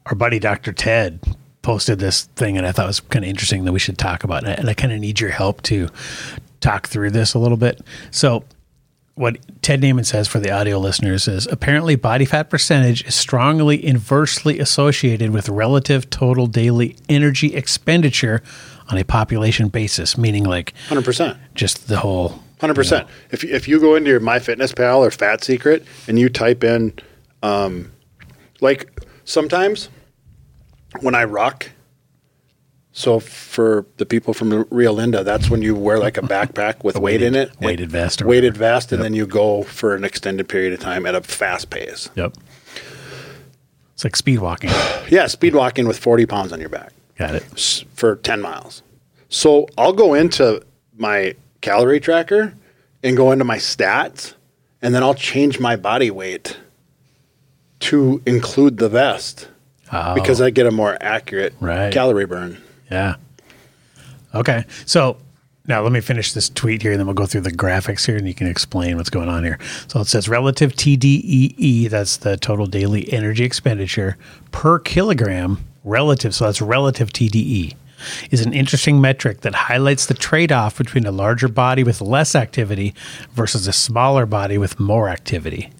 Our buddy Dr. Ted posted this thing, and I thought it was kind of interesting that we should talk about it. And I kind of need your help to talk through this a little bit. So, what Ted Naiman says for the audio listeners is apparently body fat percentage is strongly inversely associated with relative total daily energy expenditure on a population basis, meaning like Hundred percent. just the whole Hundred percent. If if you go into your MyFitnessPal or Fat Secret and you type in, um, like sometimes when I rock. So for the people from Rio Linda, that's when you wear like a backpack with weight in weighted- it, weighted vest or weighted whatever. vest, and then you go for an extended period of time at a fast pace. Yep. It's like speed walking. Yeah, speed walking with 40 pounds on your back Got it. s- for 10 miles. So I'll go into my calorie tracker and go into my stats, and then I'll change my body weight to include the vest because I get a more accurate Oh. Right. calorie burn. Yeah. Okay. So now let me finish this tweet here, and then we'll go through the graphics here, and you can explain what's going on here. So it says relative TDEE, E, that's the total daily energy expenditure per kilogram relative. So that's relative TDE. Is an interesting metric that highlights the trade off between a larger body with less activity versus a smaller body with more activity.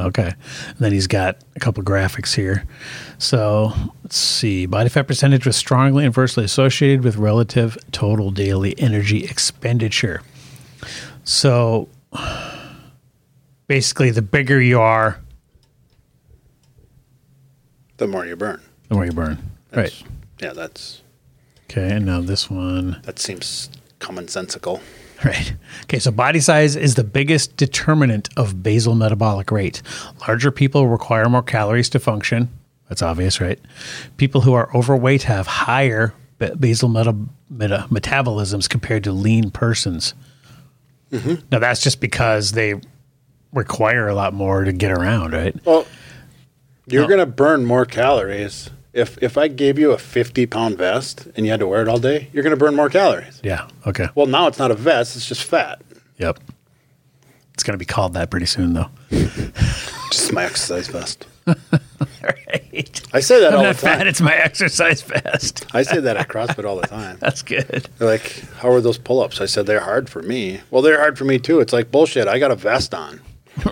Okay. And then he's got a couple graphics here. So let's see. Body fat percentage was strongly inversely associated with relative total daily energy expenditure. So basically, the bigger you are, The more you burn. the more you burn. Right. Yeah, that's Okay. And now this one. that seems commonsensical. Right. Okay, so body size is the biggest determinant of basal metabolic rate. Larger people require more calories to function. That's obvious, right? People who are overweight have higher ba- basal meta- meta- metabolisms compared to lean persons. Mm-hmm. Now, that's just because they require a lot more to get around, right? Well, you're Oh. gonna burn more calories. If if I gave you a 50 pound vest and you had to wear it all day, you're gonna burn more calories. Yeah. Okay. Well, now it's not a vest; it's just fat. Yep. It's going to be called that pretty soon, though. Just my exercise vest. Right. I say that I'm all not the time. fat. It's my exercise vest. I say that at CrossFit all the time. That's good. They're like, how are those pull ups? I said, they're hard for me. Well, they're hard for me too. It's like, bullshit, I got a vest on.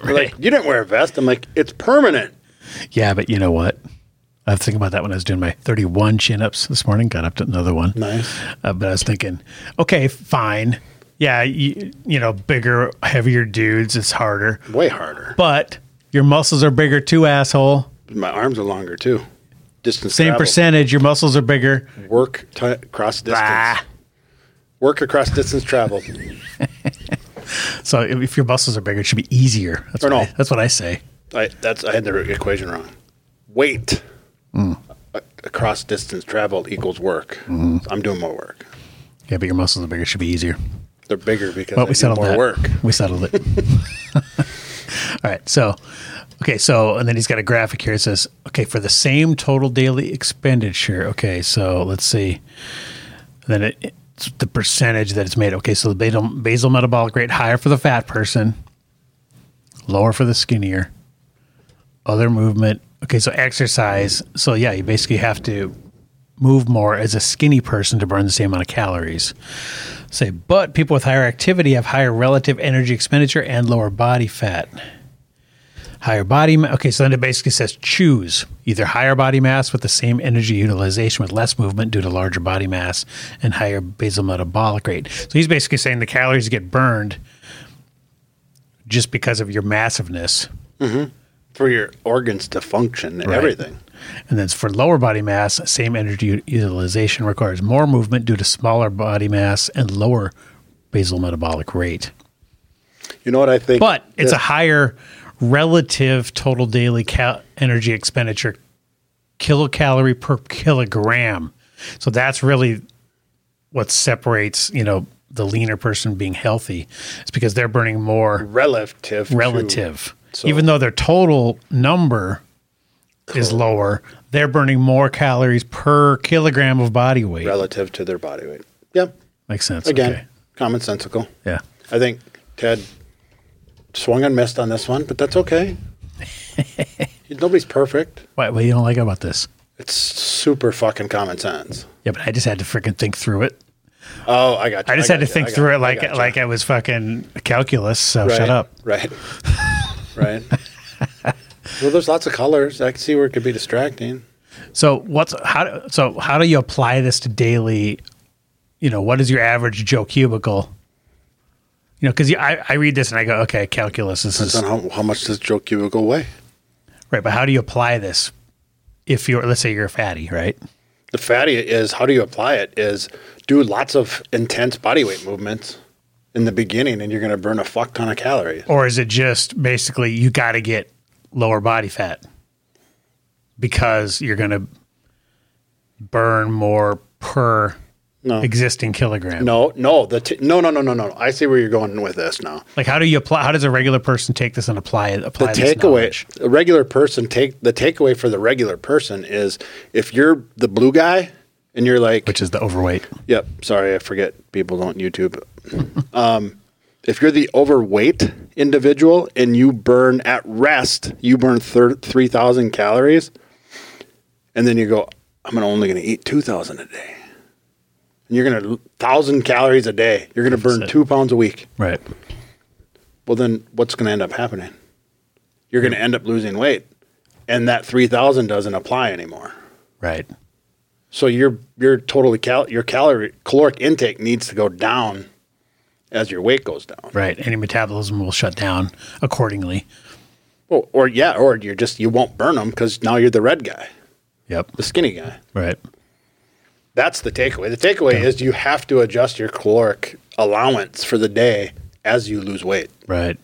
They're like, you didn't wear a vest. I'm like, it's permanent. Yeah, but you know what? I was thinking about that when I was doing my 31 chin ups this morning. Got up to another one. Nice. Uh, but I was thinking, okay, fine. Yeah, you, you know, bigger, heavier dudes, it's harder. Way harder. But your muscles are bigger too, asshole. My arms are longer too. Distance Same traveled. percentage, your muscles are bigger. Work ti cross distance. Ah. Work across distance traveled. So if if your muscles are bigger, it should be easier. That's, Or what, no. I, that's what I say. I, that's, I had the equation wrong. Weight Hmm. a- across distance traveled equals work. So I'm doing more work. Yeah, but your muscles are bigger, it should be easier. They're bigger because But I we do settled more that. work. We settled it. All right. So, okay. So, and then he's got a graphic here. It says, okay, for the same total daily expenditure. Okay. So let's see. Then it, it's the percentage that it's made. Okay. So the basal, basal metabolic rate higher for the fat person, lower for the skinnier. Other movement. Okay. So exercise. So, yeah, you basically have to move more as a skinny person to burn the same amount of calories say, but people with higher activity have higher relative energy expenditure and lower body fat. Higher body, ma- okay, so then it basically says choose either higher body mass with the same energy utilization with less movement due to larger body mass and higher basal metabolic rate. So he's basically saying the calories get burned just because of your massiveness. For your organs to function and Right. everything. And then for lower body mass, same energy u- utilization requires more movement due to smaller body mass and lower basal metabolic rate. You know what I think? but it's This- a higher relative total daily cal- energy expenditure kilocalorie per kilogram so that's really what separates you know the leaner person being healthy it's because they're burning more relative to- relative So- even though their total number is lower they're burning more calories per kilogram of body weight relative to their body weight. Yep. makes sense Again, okay. commonsensical. yeah I think Ted swung and missed on this one, but that's okay. Nobody's perfect. what, what you don't like about this It's super fucking common sense. yeah but i just had to freaking think through it Oh, I got. You. I just had to got you. think got- through I it like got you. like I was fucking calculus. So shut Right, up. Right. right. Well, there's lots of colors. I can see where it could be distracting. So what's how do- so how do you apply this to daily? You know, what is your average Joe cubicle? You know, because I, I read this and I go, okay, calculus. This Depends on is how, how much does Joe Cubicle weigh? right, but how do you apply this? If you're, let's say you're a fatty, right? The fatty is how do you apply it? Is do lots of intense body weight movements in the beginning, and you're going to burn a fuck ton of calories. Or is it just basically you got to get lower body fat? because you're going to burn more per No. existing kilogram. No, no, the t- no, no, no, no, no. I see where you're going with this now. Like how do you apply? How does a regular person take this and apply it? The Apply this knowledge? takeaway, a regular person take the takeaway for the regular person is if you're the blue guy and you're like, which is the overweight. yep, sorry, I forget people don't YouTube. um, if you're the overweight individual and you burn at rest, you burn thir- three thousand calories, and then you go, I'm gonna only gonna eat two thousand a day. And you're gonna thousand calories a day. You're gonna burn Deficit. two pounds a week. Right. well then what's going to end up happening you're going to end up losing weight and that 3000 doesn't apply anymore Right. so your your total cal- your calorie caloric intake needs to go down as your weight goes down Right. Any metabolism will shut down accordingly. or, or yeah or you're just you won't burn them because now you're the red guy Yep. the skinny guy Right. that's the takeaway the takeaway is you have to adjust your caloric allowance for the day as you lose weight Right.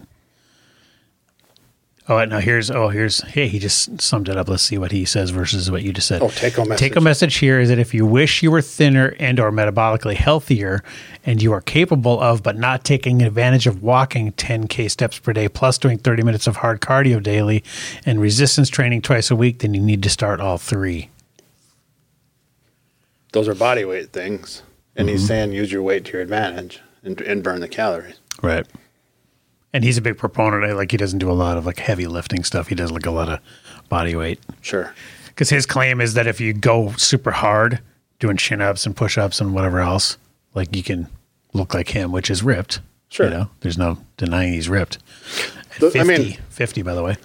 Oh, now here's oh here's hey he just summed it up. Let's see what he says versus what you just said. Oh, take-home message. Take a message here is that if you wish you were thinner and or metabolically healthier, and you are capable of but not taking advantage of walking 10k steps per day plus doing 30 minutes of hard cardio daily and resistance training twice a week, then you need to start all three. those are body weight things and he's saying use your weight to your advantage and, and burn the calories Right. And he's a big proponent. of, Like he doesn't do a lot of like heavy lifting stuff. He does like a lot of body weight. sure because his claim is that if you go super hard doing chin ups and push ups and whatever else, like you can look like him, which is ripped. Sure. You know, there's no denying he's ripped. At The- 50, I mean- 50, by the way.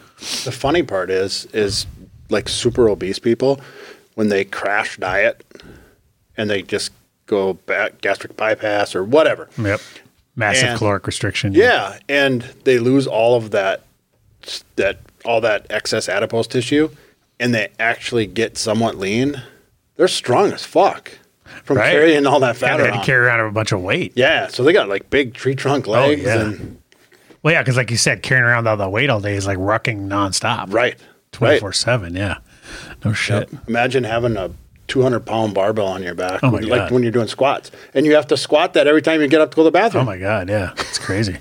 The funny part is, is like super obese people when they crash diet and they just go back gastric bypass or whatever. Yep. Massive And- caloric restriction. Yeah, and they lose all of that, that all that excess adipose tissue, and they actually get somewhat lean. They're strong as fuck from Right. carrying all that fat And had to around. carry around a bunch of weight. yeah, so they got like big tree trunk legs yeah. and Well, yeah, because like you said, carrying around all that weight all day is like rucking nonstop. right, right. 24 7. Yeah. No shit. Imagine having a 200 pound barbell on your back, Oh my like God. when you're doing squats, and you have to squat that every time you get up to go to the bathroom. Oh my god, yeah, it's crazy.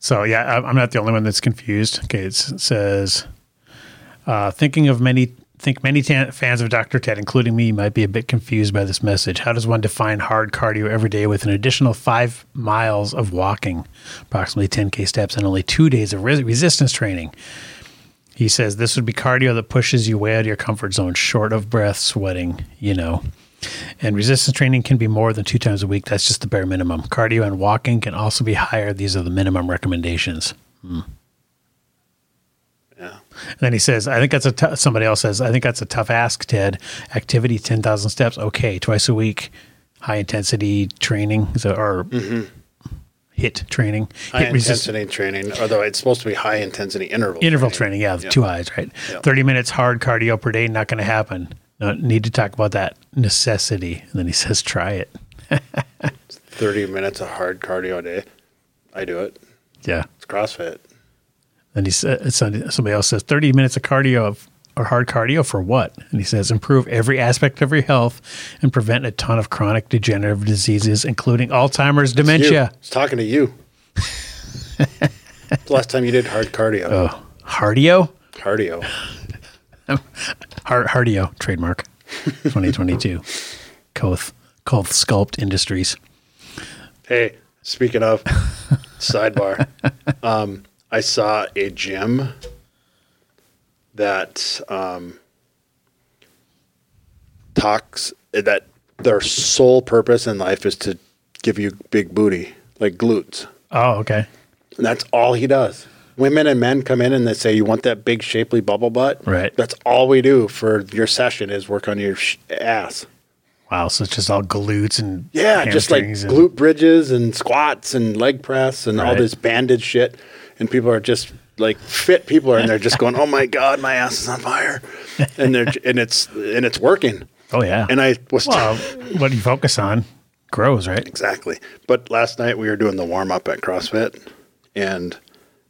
so yeah, I- I'm not the only one that's confused. Okay, it's- it says, uh, thinking of many. Think many tan- fans of Dr. Ted, including me, might be a bit confused by this message. How does one define hard cardio every day with an additional five miles of walking, approximately 10K steps, and only two days of res- resistance training? He says this would be cardio that pushes you way out of your comfort zone, short of breath, sweating, you know. And resistance training can be more than two times a week. That's just the bare minimum. Cardio and walking can also be higher. These are the minimum recommendations. Hmm. Yeah. And then he says, I think that's a tou- somebody else says, I think that's a tough ask, Ted. Activity 10,000 steps. Okay. Twice a week, high intensity training is a- or hit training. Mm-hmm. High hit resist- intensity training, although it's supposed to be high intensity interval. interval training. Yeah, Yeah. two eyes, right? Yeah. 30 minutes hard cardio per day, not going to happen. No, need to talk about that necessity. And then he says, try it. 30 minutes of hard cardio a day. I do it. Yeah. It's CrossFit. And he said, somebody else says, 30 minutes of cardio of, or hard cardio for what? And he says, improve every aspect of your health and prevent a ton of chronic degenerative diseases, including Alzheimer's, You. dementia. It's talking to you. It's the last time you did hard cardio. Oh, Hardio? Cardio. Har- Hardio, trademark 2022. Koth, Koth Sculpt Industries. Hey, speaking of sidebar, um, I saw a gym that um, talks that their sole purpose in life is to give you big booty, like glutes. Oh, okay. And that's all he does. Women and men come in and they say, "You want that big, shapely bubble butt?" Right. That's all we do for your session is work on your sh- ass. Wow, so it's just all glutes and Yeah, just like hamstrings and- glute bridges and squats and leg press and all Right. this banded shit. And people are just like fit people are in there just going, "Oh my god, my ass is on fire," and they're and it's and it's working. Oh yeah, And I was well, what you focus on grows, right? exactly. But last night we were doing the warm up at CrossFit, and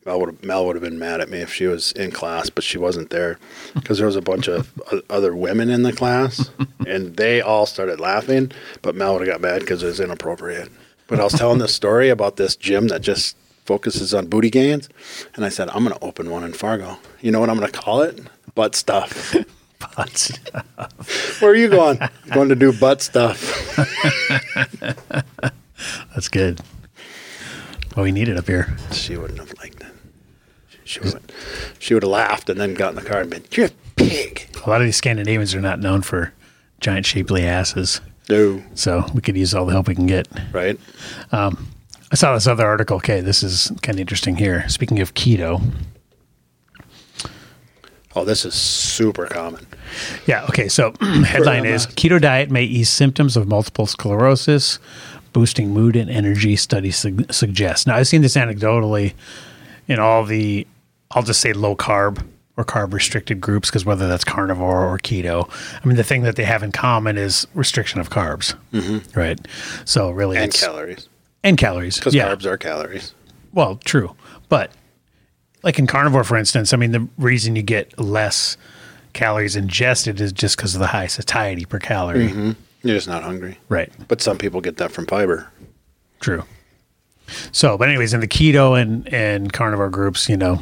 Mel would Mel would have been mad at me if she was in class, but she wasn't there because there was a bunch of o- other women in the class, and they all started laughing. But Mel would have got mad because it was inappropriate. But I was telling this story about this gym that just focuses on booty gains, and I said I'm going to open one in Fargo. You know what I'm going to call it? Butt stuff. But Where are you going? going to do butt stuff. that's good. Well, we need it up here. She wouldn't have liked it. She would. She would have laughed and then got in the car and been, "You're a pig." A lot of these Scandinavians are not known for giant shapely asses, No. so we could use all the help we can get. Right. I saw this other article. Okay, this is kind of interesting here. Speaking of keto, Oh, this is super common. Yeah. Okay. So headline is keto diet may ease symptoms of multiple sclerosis, boosting mood and energy. Studies sug- suggest. Now I've seen this anecdotally in all the, I'll just say low carb or carb restricted groups because whether that's carnivore or keto, I mean the thing that they have in common is restriction of carbs, right? So really, Mm-hmm. And it's calories. and calories. Because yeah. carbs are calories. Well, true, but like in carnivore, for instance, I mean the reason you get less calories ingested is just because of the high satiety per calorie, You're just not hungry. right? But some people get that from fiber. True. So, but anyways, in the keto and and carnivore groups, you know,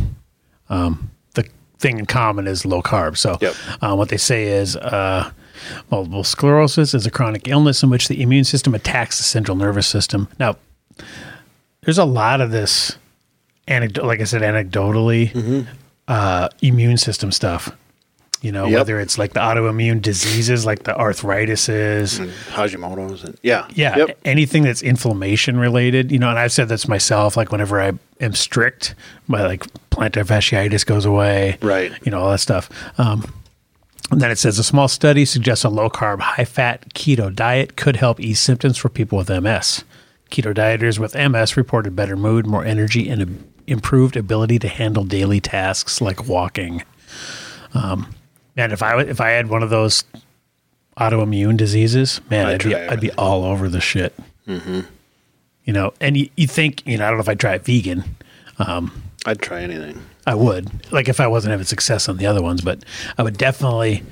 um, the thing in common is low carb. So, Yep. uh, what they say is uh, multiple sclerosis is a chronic illness in which the immune system attacks the central nervous system. Now, there's a lot of this anecdote, like I said, anecdotally, Mm-hmm. uh, immune system stuff. You know, Yep. whether it's like the autoimmune diseases, like the arthritises, Hajimoto's and yeah. yeah, Yep. anything that's inflammation related, you know, and I've said this myself, like whenever I am strict, my like plantar fasciitis goes away, Right. You know, all that stuff. Um, and then it says a small study suggests a low carb, high fat keto diet could help ease symptoms for people with MS. Keto dieters with MS reported better mood, more energy, and a, improved ability to handle daily tasks like walking. Um, man, if I w- if I had one of those autoimmune diseases, man, I'd I'd be, try it. Mm-hmm. I'd be all over the shit. You know, and you, you think you know. I don't know if I would try it vegan. I'd try anything. I would. Like if I wasn't having success on the other ones, but I would definitely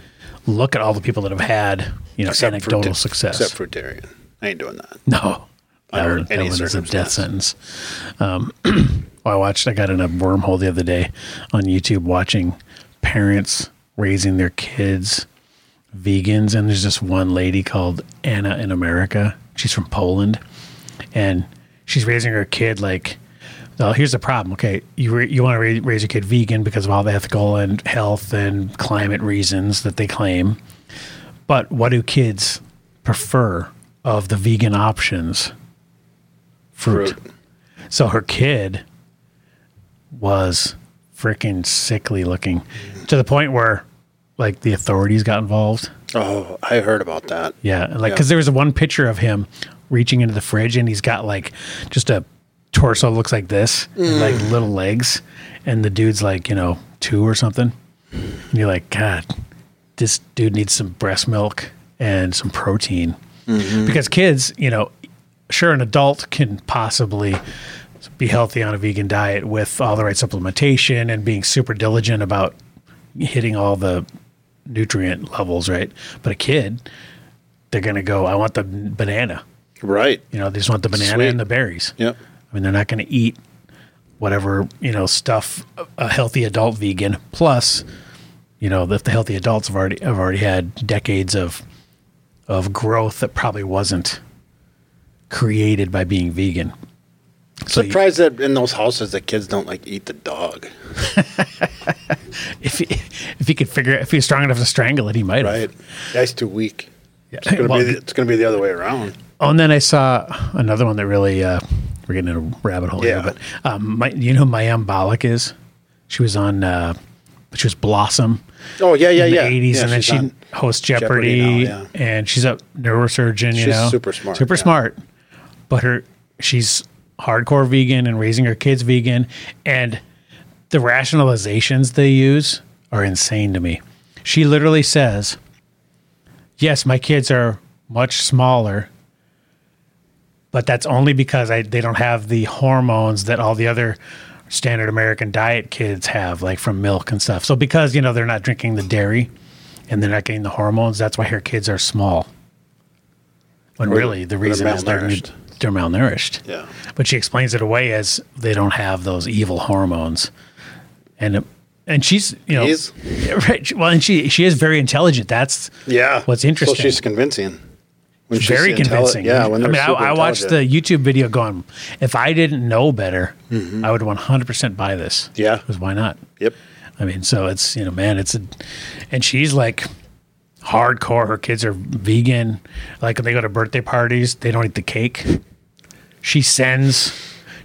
look at all the people that have had, you know, anecdotal fruit- success. Except fruitarian. I ain't doing that. no. That Under one, that one any is a death circumstance. sentence. Um, well, I watched, I got in a wormhole the other day on YouTube watching parents raising their kids vegans. And there's this one lady called Anna in America. She's from Poland. and she's raising her kid like well Oh, here's the problem okay you re- you want to ra- raise your kid vegan because of all the ethical and health and climate reasons that they claim but what do kids prefer of the vegan options fruit, Fruit. so her kid was freaking sickly looking to the point where like the authorities got involved Oh, I heard about that. yeah, and, like Yeah. because there was one picture of him reaching into the fridge, and he's got like just a torso looks like this, and, like little legs, and the dude's like you know two or something, and you're like, God, this dude needs some breast milk and some protein because kids, you know, sure an adult can possibly be healthy on a vegan diet with all the right supplementation and being super diligent about hitting all the nutrient levels, right? But a kid, they're going to go, I want the banana. Right. You know, they just want the banana Sweet. and the berries. Yep. I mean, they're not going to eat whatever, you know, stuff a- a healthy adult vegan plus, you know, that the healthy adults have already have already had decades of of growth that probably wasn't created by being vegan. So you- Surprised that in those houses the kids don't like eat the dog. if he, if he could figure if he was strong enough to strangle it, he might have. Right. That's too weak. It's gonna Well, be the, it's gonna be the other way around. Oh, and then I saw another one that really uh, we're getting in a rabbit hole Yeah. here. But um, my, you know, who Mayam Balak is she was on uh, she was Blossom Oh yeah, yeah, in the yeah. '80s, Yeah, and then she's she on- hosts Jeopardy, Jeopardy now, yeah. and she's a neurosurgeon. You She's know, super smart, super yeah. smart. But her she's hardcore vegan and raising her kids vegan, and the rationalizations they use are insane to me. She literally says, "Yes, my kids are much smaller." But that's only because I, they don't have the hormones that all the other standard American diet kids have, like from milk and stuff. So because you know they're not drinking the dairy, and they're not getting the hormones, that's why her kids are small. When Or- really the they're reason is they're malnourished. they're malnourished. Yeah. But she explains it away as they don't have those evil hormones, and it- and she's you know Is? Yeah, right. Well, and she she is very intelligent. That's Yeah. What's interesting. So she's convincing. When she's very intelli- convincing. Yeah. When I they're mean, I, super I watched the intelligent. YouTube Mm-hmm. video going, if I didn't know better, I would 100% buy this. Yeah. Because why not? Yep. I mean, so it's, you know, man, it's a, and she's like hardcore. Her kids are vegan. Like when they go to birthday parties, they don't eat the cake. She sends,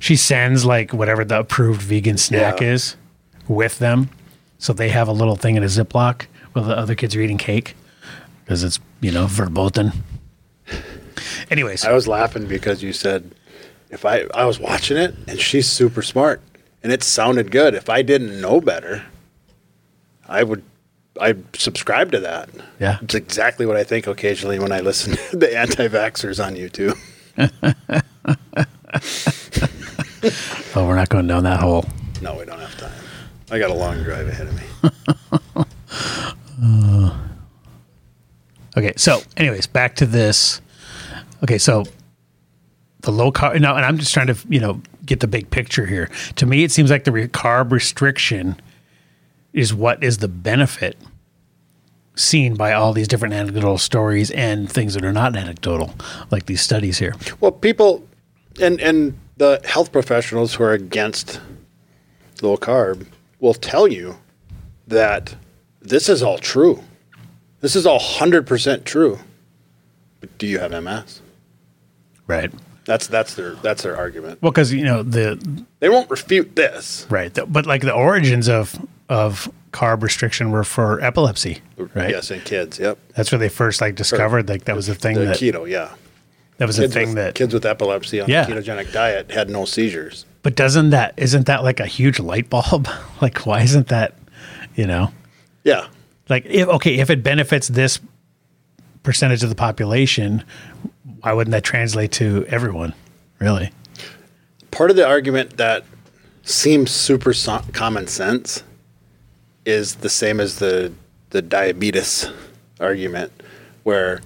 she sends like whatever the approved vegan snack Yeah. is with them. So they have a little thing in a Ziploc while the other kids are eating cake because it's, you know, verboten. Anyways, I was laughing because you said, if I, I was watching it and she's super smart and it sounded good. If I didn't know better, I would, I subscribe to that. Yeah. It's exactly what I think occasionally when I listen to the anti vaxxers on YouTube. oh, we're not going down that hole. No, we don't have time. I got a long drive ahead of me. Okay, so anyways, back to this. Okay, so the low carb. No, and I'm just trying to you know get the big picture here. To me, it seems like the re- carb restriction is what is the benefit seen by all these different anecdotal stories and things that are not anecdotal, like these studies here. Well, people and and the health professionals who are against low carb will tell you that this is all true. This is all 100% true. But do you have MS? Right. That's that's their that's their argument. Well, because you know the They won't refute this. Right. th- But like the origins of of carb restriction were for epilepsy, right? Yes, in kids. Yep. That's where they first like discovered like that was a thing The that keto, yeah. that was a Kids thing with, that kids with epilepsy on Yeah. a ketogenic diet had no seizures. But doesn't that isn't that like a huge light bulb? like why isn't that, you know? Yeah. Like if okay, if it benefits this percentage of the population, why wouldn't that translate to everyone? Really? part of the argument that seems super so- common sense is the same as the the diabetes argument where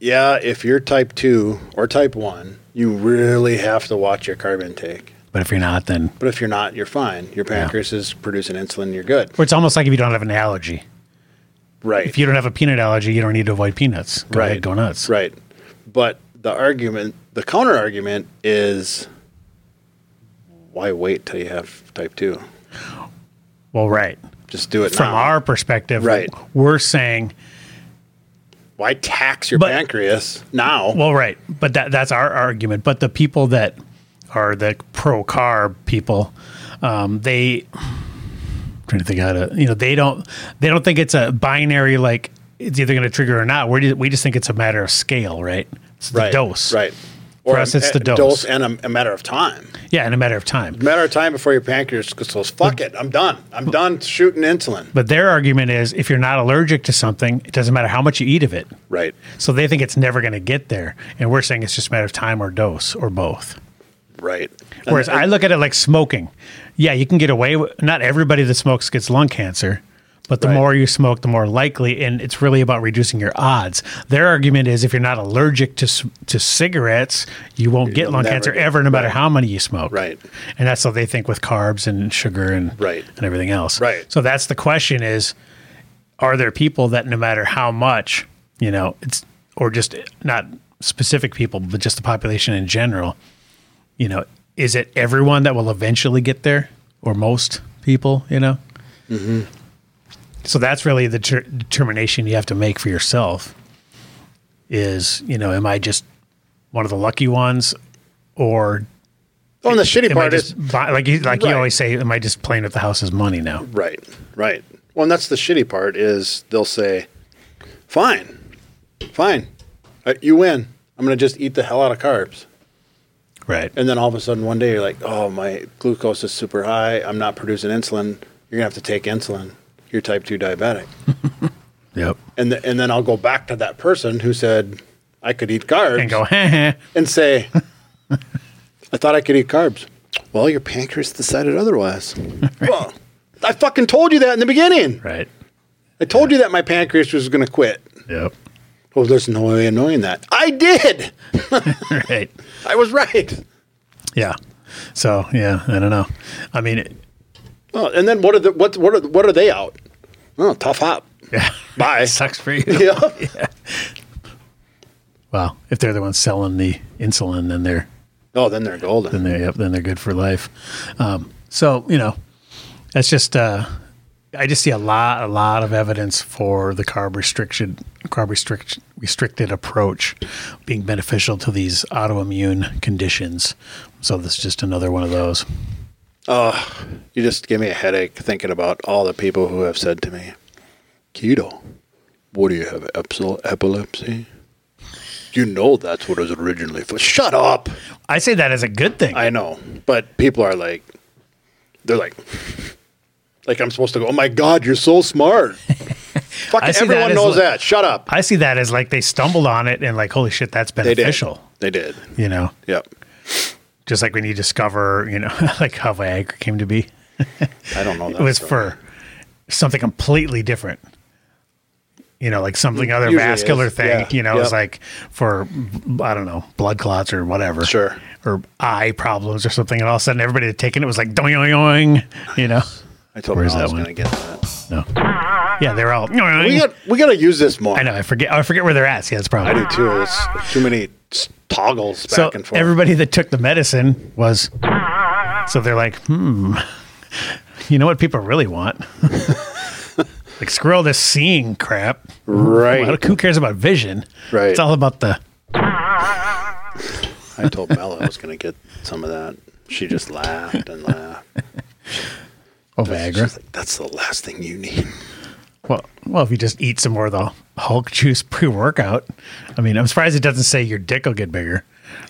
yeah if you're type 2 or type 1 you really have to watch your carb intake But if you're not then but if you're not you're fine your pancreas is producing insulin you're good or it's almost like if you don't have an allergy. right If you don't have a peanut allergy, you don't need to avoid peanuts. Go ahead, go nuts. Right. But the argument, the counter argument is why wait till you have type 2? Well, right. Just do it From now. our perspective, Right. we're saying why tax your But- pancreas now? Well, right, but that that's our argument. But the people that are the pro carb people, um, they I'm trying to think how to you know they don't they don't think it's a binary like it's either going to trigger or not. We just, we just think it's a matter of scale, right? It's the dose, Right. For us, it's the dose. and a, a matter of time. Yeah, in a matter of time. matter of time before your pancreas goes, fuck it, I'm done. I'm done shooting insulin. But their argument is if you're not allergic to something, it doesn't matter how much you eat of it. Right. So they think it's never going to get there, and we're saying it's just a matter of time or dose or both. Right. Whereas I look at it like smoking. Yeah, you can get away with not everybody that smokes gets lung cancer, but the Right. more you smoke, the more likely. And it's really about reducing your odds. Their argument is if you're not allergic to s- to cigarettes, you won't get will lung never cancer get- ever, no matter right. how many you smoke. Right. And that's what they think with carbs and sugar and Right. and everything else. Right. So that's the question: is are there people that no matter how much you know it's or just not specific people, but just the population in general you know, is it everyone that will eventually get there or most people, you know? So that's really the ter- determination you have to make for yourself is, you know, am I just one of the lucky ones or Oh, and the shitty am I part just is buy, like, you, like Right. you always say, am I just playing with the house's money now? Right, right. Well, and that's the shitty part is they'll say, "Fine, fine, Uh, you win. I'm gonna just eat the hell out of carbs." Right. And then all of a sudden, one day you're like, "Oh, my glucose is super high. I'm not producing insulin. You're gonna have to take insulin. You're type two diabetic." Yep. and th- and then I'll go back to that person who said I could eat carbs And go, heh heh. and say, "I thought I could eat carbs. Well, your pancreas decided otherwise. well, I fucking told you that in the beginning. Right. I told you that my pancreas was going to quit. Yep. Well, there's no way of knowing that. I did. Right. I was right. Yeah. So yeah, I don't know. I mean, it- Oh, and then what are the what what are what are they out? Oh, tough hop. yeah, Bye. it sucks for you. yeah. Wow. If they're the ones selling the insulin, then they're Oh, then they're golden. then they're yep, then they're good for life. Um, so you know, that's just uh, I just see a lot a lot of evidence for the carb restriction carb restrict, restricted approach being beneficial to these autoimmune conditions. So this is just another one of those. You just give me a headache thinking about all the people who have said to me, "Keto, what do you have? epsil- Epilepsy? You know that's what it was originally for." Shut up. I say that as a good thing. I know, but people are like, they're like, like I'm supposed to go. Oh my god, you're so smart. Fuck, I see that everyone as knows like- that. Shut up. I see that as like they stumbled on it and like holy shit that's They did. beneficial. They did. You know, Yep. just like when you discover, you know, like how Viagra came to be. I don't know. That it was story. for something completely different. You know, like something other Mm, Usually vascular is, thing. yeah, You know, it was yep. like for I don't know blood clots or whatever, Sure. or eye problems or something. And all of a sudden, everybody had taken it was like doing, doing, you know, I told Where's Where's I that was one? going to get that. no, yeah, they're all. We got we got to use this more. I know, I forget, I forget where they're at. Yeah, that's probably I do too. It's too many s- toggles back so and forth. everybody that took the medicine was so they're like hmm you know what people really want like screw all this seeing crap right. who cares about vision Right. it's all about the I told Mel I was going to get some of that. She just laughed and laughed. oh She's Viagra. like, "That's the last thing you need." well well if you just eat some more of the hulk juice pre-workout i mean i'm surprised it doesn't say your dick will get bigger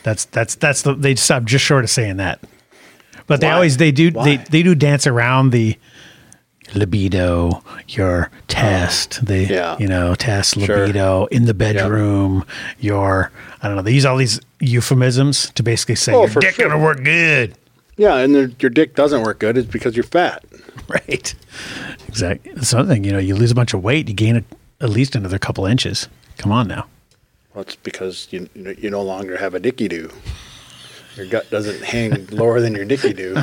that's that's that's the they stopped just short of saying that but they Why? always they do they, Why? they do dance around the libido, your test, the Yeah. you know test Sure. libido in the bedroom, your I don't know. They use all these euphemisms to basically say Oh, your for dick sure. gonna work good, Yeah, and the, your dick doesn't work good. It's because you're fat. right? Exactly. That's another thing. You know, you lose a bunch of weight, you gain a, at least another couple inches. Come on now. Well, it's because you you no longer have a dicky do. Your gut doesn't hang lower than your dicky do.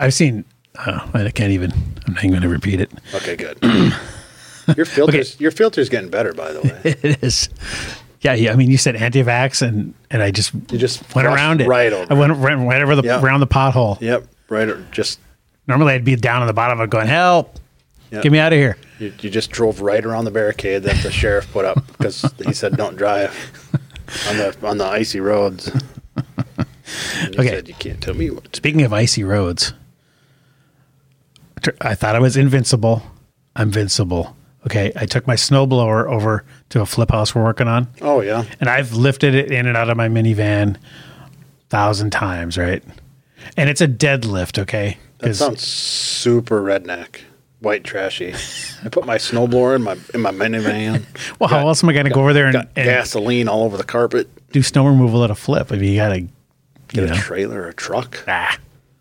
I've seen. Uh, I can't even. I'm not even going to repeat it. Okay, good. Your filters your filter's getting better, by the way. It is. Yeah, yeah. I mean, you said anti-vax, and and I just You just went flushed around it. right over I went ran, right over the Yeah. around the pothole. Yep, right. or Just Normally, I'd be down on the bottom of it going, "Help! Yeah. Get me out of here!" you, you just drove right around the barricade that the sheriff put up because he said don't drive on the on the icy roads. And you Okay. said you can't tell me what to Speaking of icy roads, tr- I thought I was invincible. I'm invincible. Okay, I took my snowblower over to a flip house we're working on, Oh yeah. and I've lifted it in and out of my minivan thousand times, right? And it's a deadlift, okay? That 'Cause- sounds super redneck. White trashy. I put my snowblower in my in my minivan. well, how else am I going to go over there and, Got and gasoline all over the carpet. do snow removal at a flip if you gotta you Get know a trailer, or a truck. ah,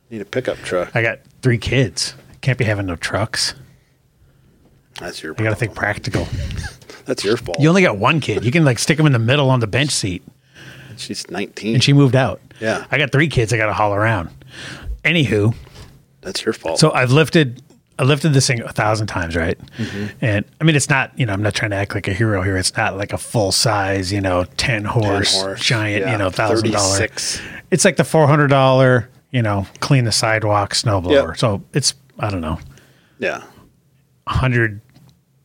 Need a pickup truck. i got three kids can't be having no trucks That's your. you gotta Problem. think practical That's your fault. you only got one kid you can like stick him in the middle on the bench seat She's nineteen. and she moved out Yeah. i got three kids i gotta haul around anywho That's your fault. so i've lifted i lifted this thing a thousand times right Mm-hmm. and i mean it's not you know i'm not trying to act like a hero here it's not like a full size you know 10 horse, horse, giant yeah, you know thousand dollar 36. it's like the four hundred dollar, you know, clean the sidewalk snowblower. Yeah. So it's I don't know, yeah. hundred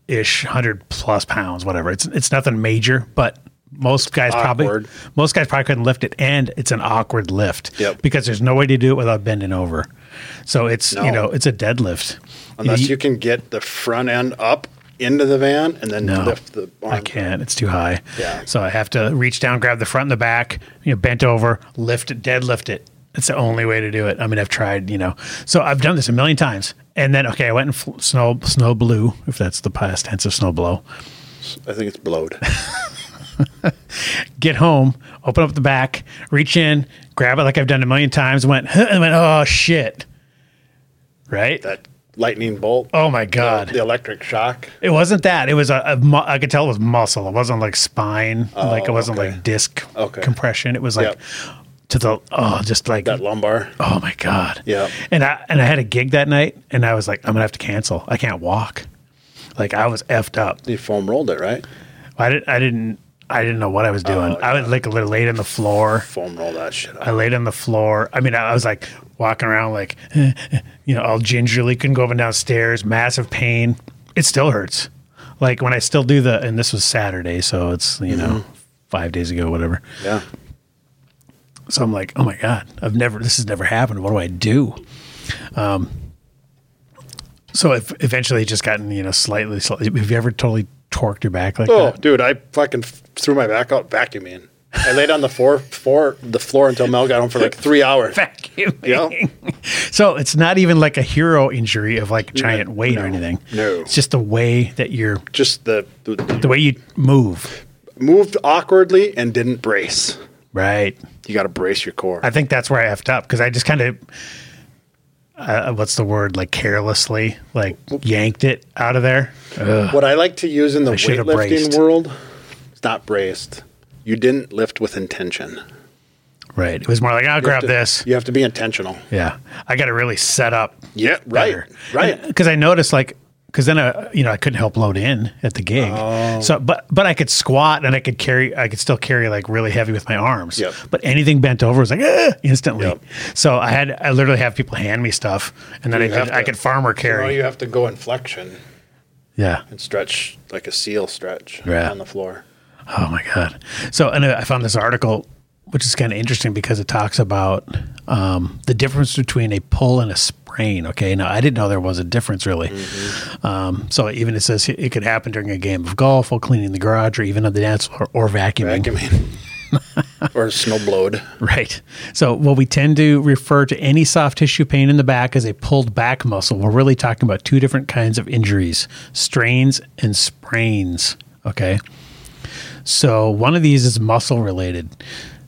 ish, hundred plus pounds, whatever. It's it's nothing major, but most guys awkward. probably most guys probably couldn't lift it, and it's an awkward lift Yep. because there's no way to do it without bending over. So it's No. you know it's a deadlift. Unless You- you can get the front end up into the van and then No, lift the. Arm. I can't. It's too high. Yeah. So I have to reach down, grab the front and the back, you know, bent over, lift it, deadlift it. It's the only way to do it. I mean, I've tried, you know. So I've done this a million times. And then, okay, I went and fl- snow snow blew, if that's the past tense of snow blow. I think it's blowed. Get home, open up the back, reach in, grab it like I've done a million times, went, huh, and went, oh shit. Right? That lightning bolt. Oh my God. The electric shock. It wasn't that. It was a, a mu- I could tell it was muscle. It wasn't like spine. like it wasn't Oh, okay. like disc Okay. compression. It was like Yep. to the, oh, just like, That lumbar. oh my God. Yeah. And I, and I had a gig that night and I was like, I'm going to have to cancel. I can't walk. Like I was effed up. You foam rolled it, right? I didn't. I didn't. I didn't know what I was Oh, doing. I was like li- laid on the floor. Foam roll that shit up. I laid on the floor. I mean, I was like walking around, like you know, all gingerly. Couldn't go up and down stairs. Massive pain. It still hurts. Like when I still do the, and this was Saturday, so it's you know five days ago, whatever. Yeah. So I'm like, oh my god, I've never. This has never happened. What do I do? Um. So if eventually, it just gotten you know slightly, slightly. Have you ever totally torqued your back like Oh, that? dude, I fucking f- threw my back out vacuuming. I laid on the floor, floor, the floor until Mel got home for like three hours. vacuuming. So it's not even like a hero injury of like giant weight or anything. no. It's just the way that you're, Just the, the the way you move. moved awkwardly and didn't brace. Right. You got to brace your core. I think that's where I effed up because I just kind of, uh, what's the word? Like carelessly, like yanked it out of there. what I like to use in the I should've braced. weightlifting world is not braced. You didn't lift with intention. Right. It was more like, I'll grab To- this. You have to be intentional. Yeah. I got to really set up. Yeah, right, right. Because I noticed like, because then I, you know, I couldn't help load in at the gig. Oh. So, but but I could squat and I could carry, I could still carry like really heavy with my arms. Yep. But anything bent over was like "Ah," instantly. Yep. So I had, I literally have people hand me stuff, and then I You could, have I to- could farmer You know, carry. you have to go in flexion yeah. and stretch like a seal stretch Yeah. on the floor. Oh my god. So and I found this article, which is kind of interesting because it talks about um, the difference between a pull and a sprain. Okay, now I didn't know there was a difference really. Um, so even it says it could happen during a game of golf, while cleaning the garage, or even on the dance floor, or vacuuming. Vacuuming. or snow blowed. Right. So what we tend to refer to any soft tissue pain in the back as a pulled back muscle. We're really talking about two different kinds of injuries, strains and sprains, okay? So one of these is muscle related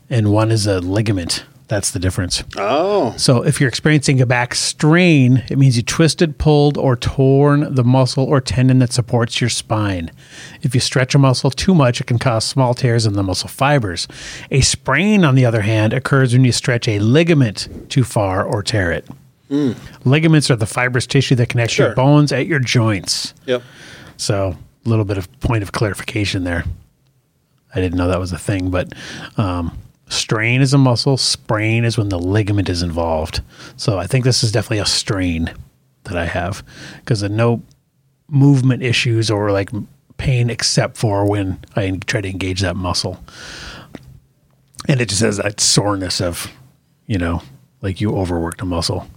and one is a ligament. That's the difference. Oh, So if you're experiencing a back strain, it means you twisted, pulled, or torn the muscle or tendon that supports your spine. If you stretch a muscle too much, it can cause small tears in the muscle fibers. A sprain, on the other hand, occurs when you stretch a ligament too far or tear it. Ligaments are the fibrous tissue that connects your Sure. bones at your joints. yep. So a little bit of point of clarification there. I didn't know that was a thing, but um, strain is a muscle. Sprain is when the ligament is involved. So I think this is definitely a strain that I have because no movement issues or like pain except for when I try to engage that muscle. And it just has that soreness of, you know, like you overworked a muscle.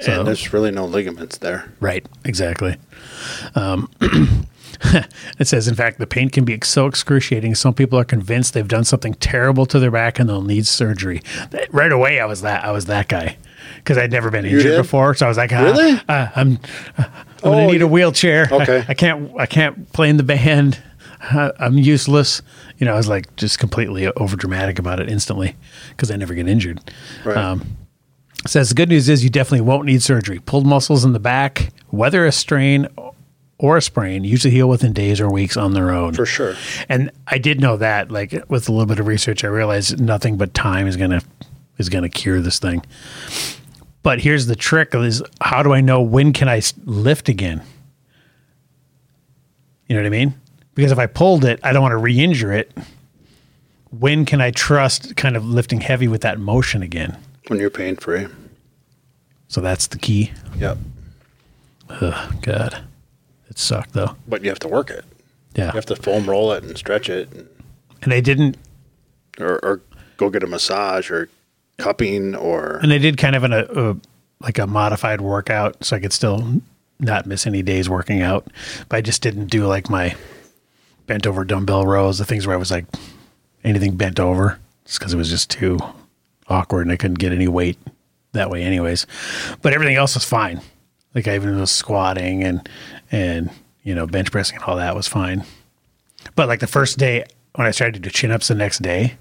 So- and there's really no ligaments there. Right, exactly. Um, it says, in fact, the pain can be so excruciating. Some people are convinced they've done something terrible to their back and they'll need surgery. That- right away, I was that I was that guy because I'd never been injured did? before, so I was like, ah, Really? ah, I'm, I'm gonna Oh, need a you- wheelchair. I- Okay. I, can't I can't play in the band. I, I'm useless. You know, I was like just completely over dramatic about it instantly because I never get injured. Right. Says the good news is you definitely won't need surgery. Pulled muscles in the back, whether a strain or a sprain, usually heal within days or weeks on their own. for sure. And I did know that, like with a little bit of research, I realized nothing but time is gonna is gonna cure this thing. But here's the trick: is how do I know when can I s- lift again? You know what I mean? Because if I pulled it, I don't want to re-injure it. When can I trust kind of lifting heavy with that motion again? When you're pain free. So that's the key. Yep. God, it sucked though. But you have to work it. Yeah, You have to foam roll it and stretch it and, and I didn't, or, or go get a massage or cupping or. and I did kind of an, a, a like a modified workout, so I could still not miss any days working out. But I just didn't do like my bent over dumbbell rows, the things where I was like anything bent over, just because it was just too awkward and I couldn't get any weight that way, anyways. But everything else was fine. Like I even was squatting and and you know bench pressing and all that was fine. But like the first day when I started to do chin ups the next day,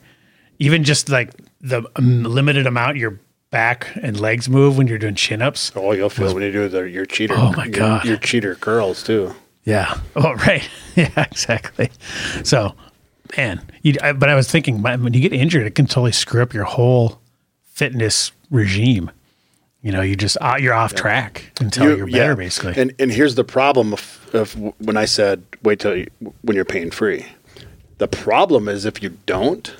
even just like the um, limited amount your back and legs move when you're doing chin ups. Oh, you'll feel when you do the, your cheater. Oh, my your- God. Your, cheater curls too. Yeah. Oh, right. Yeah, exactly. So, man, you, I, but I was thinking man, when you get injured, it can totally screw up your whole fitness regime. You know, you just uh, you're off track until Oh, you're, better, yeah. basically. And and here's the problem of, of when I said wait till you, when you're pain free. The problem is if you don't,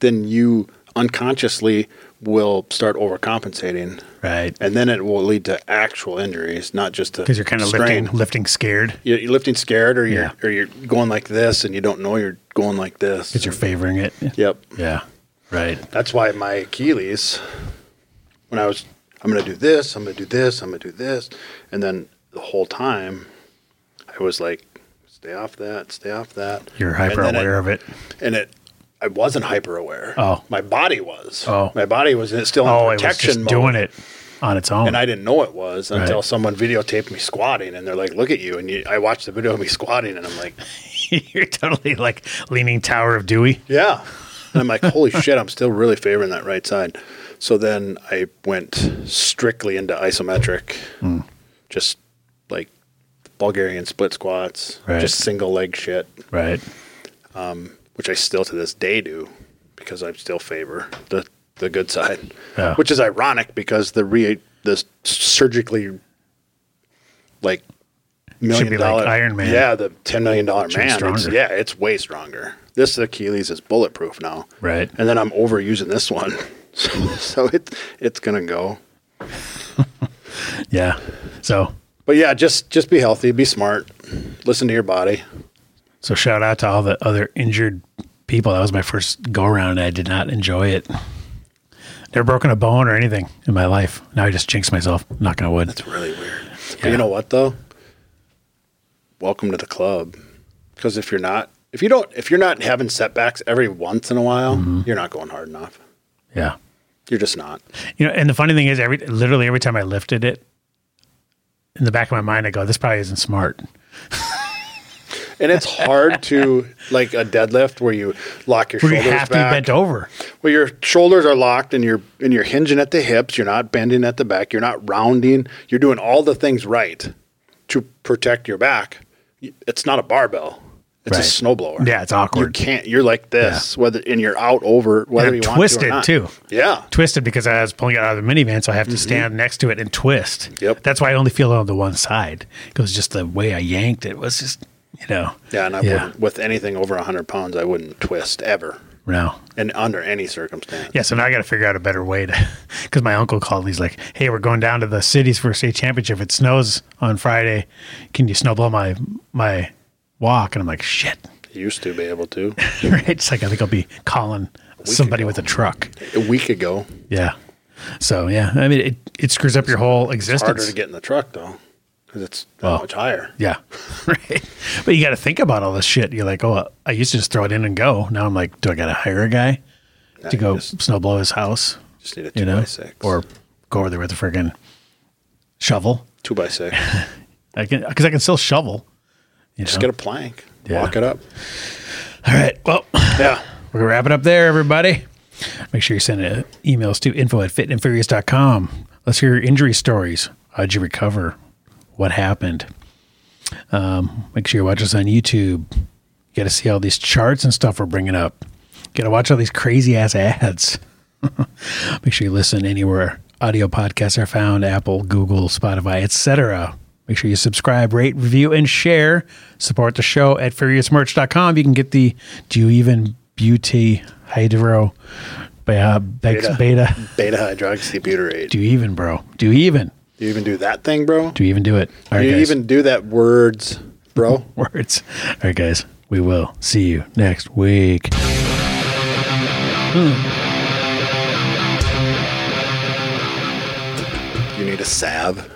then you unconsciously will start overcompensating, right. and then it will lead to actual injuries, not just Because you're kind of lifting, lifting scared You're, you're lifting scared, or you're Yeah. or you're going like this, and you don't know you're going like this. because you're favoring it. yep. Yeah. Right. That's why my Achilles, when I was, I'm going to do this, I'm going to do this, I'm going to do this. And then the whole time, I was like, stay off that, stay off that. You're hyper And then aware of it. And it, I wasn't hyper aware. Oh. My body was. Oh. My body was in- still in Oh, it was protection just mode. doing it on its own. And I didn't know it was until Right. someone videotaped me squatting and they're like, look at you. And you, I watched the video of me squatting and I'm like, you're totally like leaning Tower of Dewey. Yeah. And I'm like, holy shit, I'm still really favoring that right side. So then I went strictly into isometric, Hmm. just like Bulgarian split squats, Right. just single leg shit, Right. which I still to this day do because I still favor the, the good side, Yeah. which is ironic because the re the surgically like million be like dollar- Iron Man. yeah, the ten million dollar be man, it's, stronger. yeah, it's way stronger. This Achilles is bulletproof now, Right. and then I'm overusing this one, so, so it it's gonna go. Yeah. So But yeah, just just be healthy, be smart, listen to your body. So shout out to all the other injured people. That was my first go around and I did not enjoy it. Never broken a bone or anything in my life. Now I just jinx myself. Knock on wood. It's really weird. But you know what though? Welcome to the club. Because if you're not, if you don't, if you're not having setbacks every once in a while, Mm-hmm. you're not going hard enough. Yeah. You're just not. You know, and the funny thing is every literally every time I lifted it, in the back of my mind I go, This probably isn't smart. And it's hard to like a deadlift where you lock your Where you shoulders have to be back. bent over. Well, your shoulders are locked and you're and you're hinging at the hips. You're not bending at the back. You're not rounding. You're doing all the things right to protect your back. It's not a barbell. It's Right. a snowblower. Yeah, it's awkward. You can't. You're like this. Whether and you're out over whether And you want to twisted or not. too. Yeah. Twisted because I was pulling it out of the minivan, so I have to stand next to it and twist. Mm-hmm. Yep. That's why I only feel it on the one side. It was just the way I yanked it was just you know. Yeah, and I wouldn't with anything over hundred pounds. I wouldn't twist ever, No. and under any circumstance. Yeah, so now I got to figure out a better way to, because my uncle called and he's like, "Hey, we're going down to the cities for a state championship. It snows on Friday. Can you snowblow my my walk?" And I'm like, "Shit!" You Used to be able to. right? It's like I think I'll be calling somebody with a truck. A week ago, Yeah. So yeah, I mean, it it screws up your whole existence. harder to get in the truck though, because it's that Well. much higher. Yeah. right. But you got to think about all this shit. You're like, oh, I used to just throw it in and go. Now I'm like, do I got to hire a guy to you go just- snowblow his house? Just need a two You know, by six or go over there with a friggin' shovel. two by six. I can because I can still shovel. You Just know? get a plank. Yeah. Walk it up. All right. Well, Yeah. we're gonna wrap it up there, everybody. Make sure you send uh, emails to info at fitandfurious.com. Let's hear your injury stories. How'd you recover? What happened? Um, make sure you watch us on YouTube. You got to see all these charts and stuff we're bringing up. Got to watch all these crazy ass ads. Make sure you listen anywhere audio podcasts are found: Apple, Google, Spotify, etc. Make sure you subscribe, rate, review, and share. Support the show at furiousmerch.com. You can get the Do You Even Beauty Hydro Beta. Beta. Beta. beta. Beta hydroxybutyrate. Do you even, bro? Do you even? Do you even do that thing, bro? Do you even do it? All Do right, you guys. even do that words, bro? words. All right, guys. We will see you next week. you need a salve.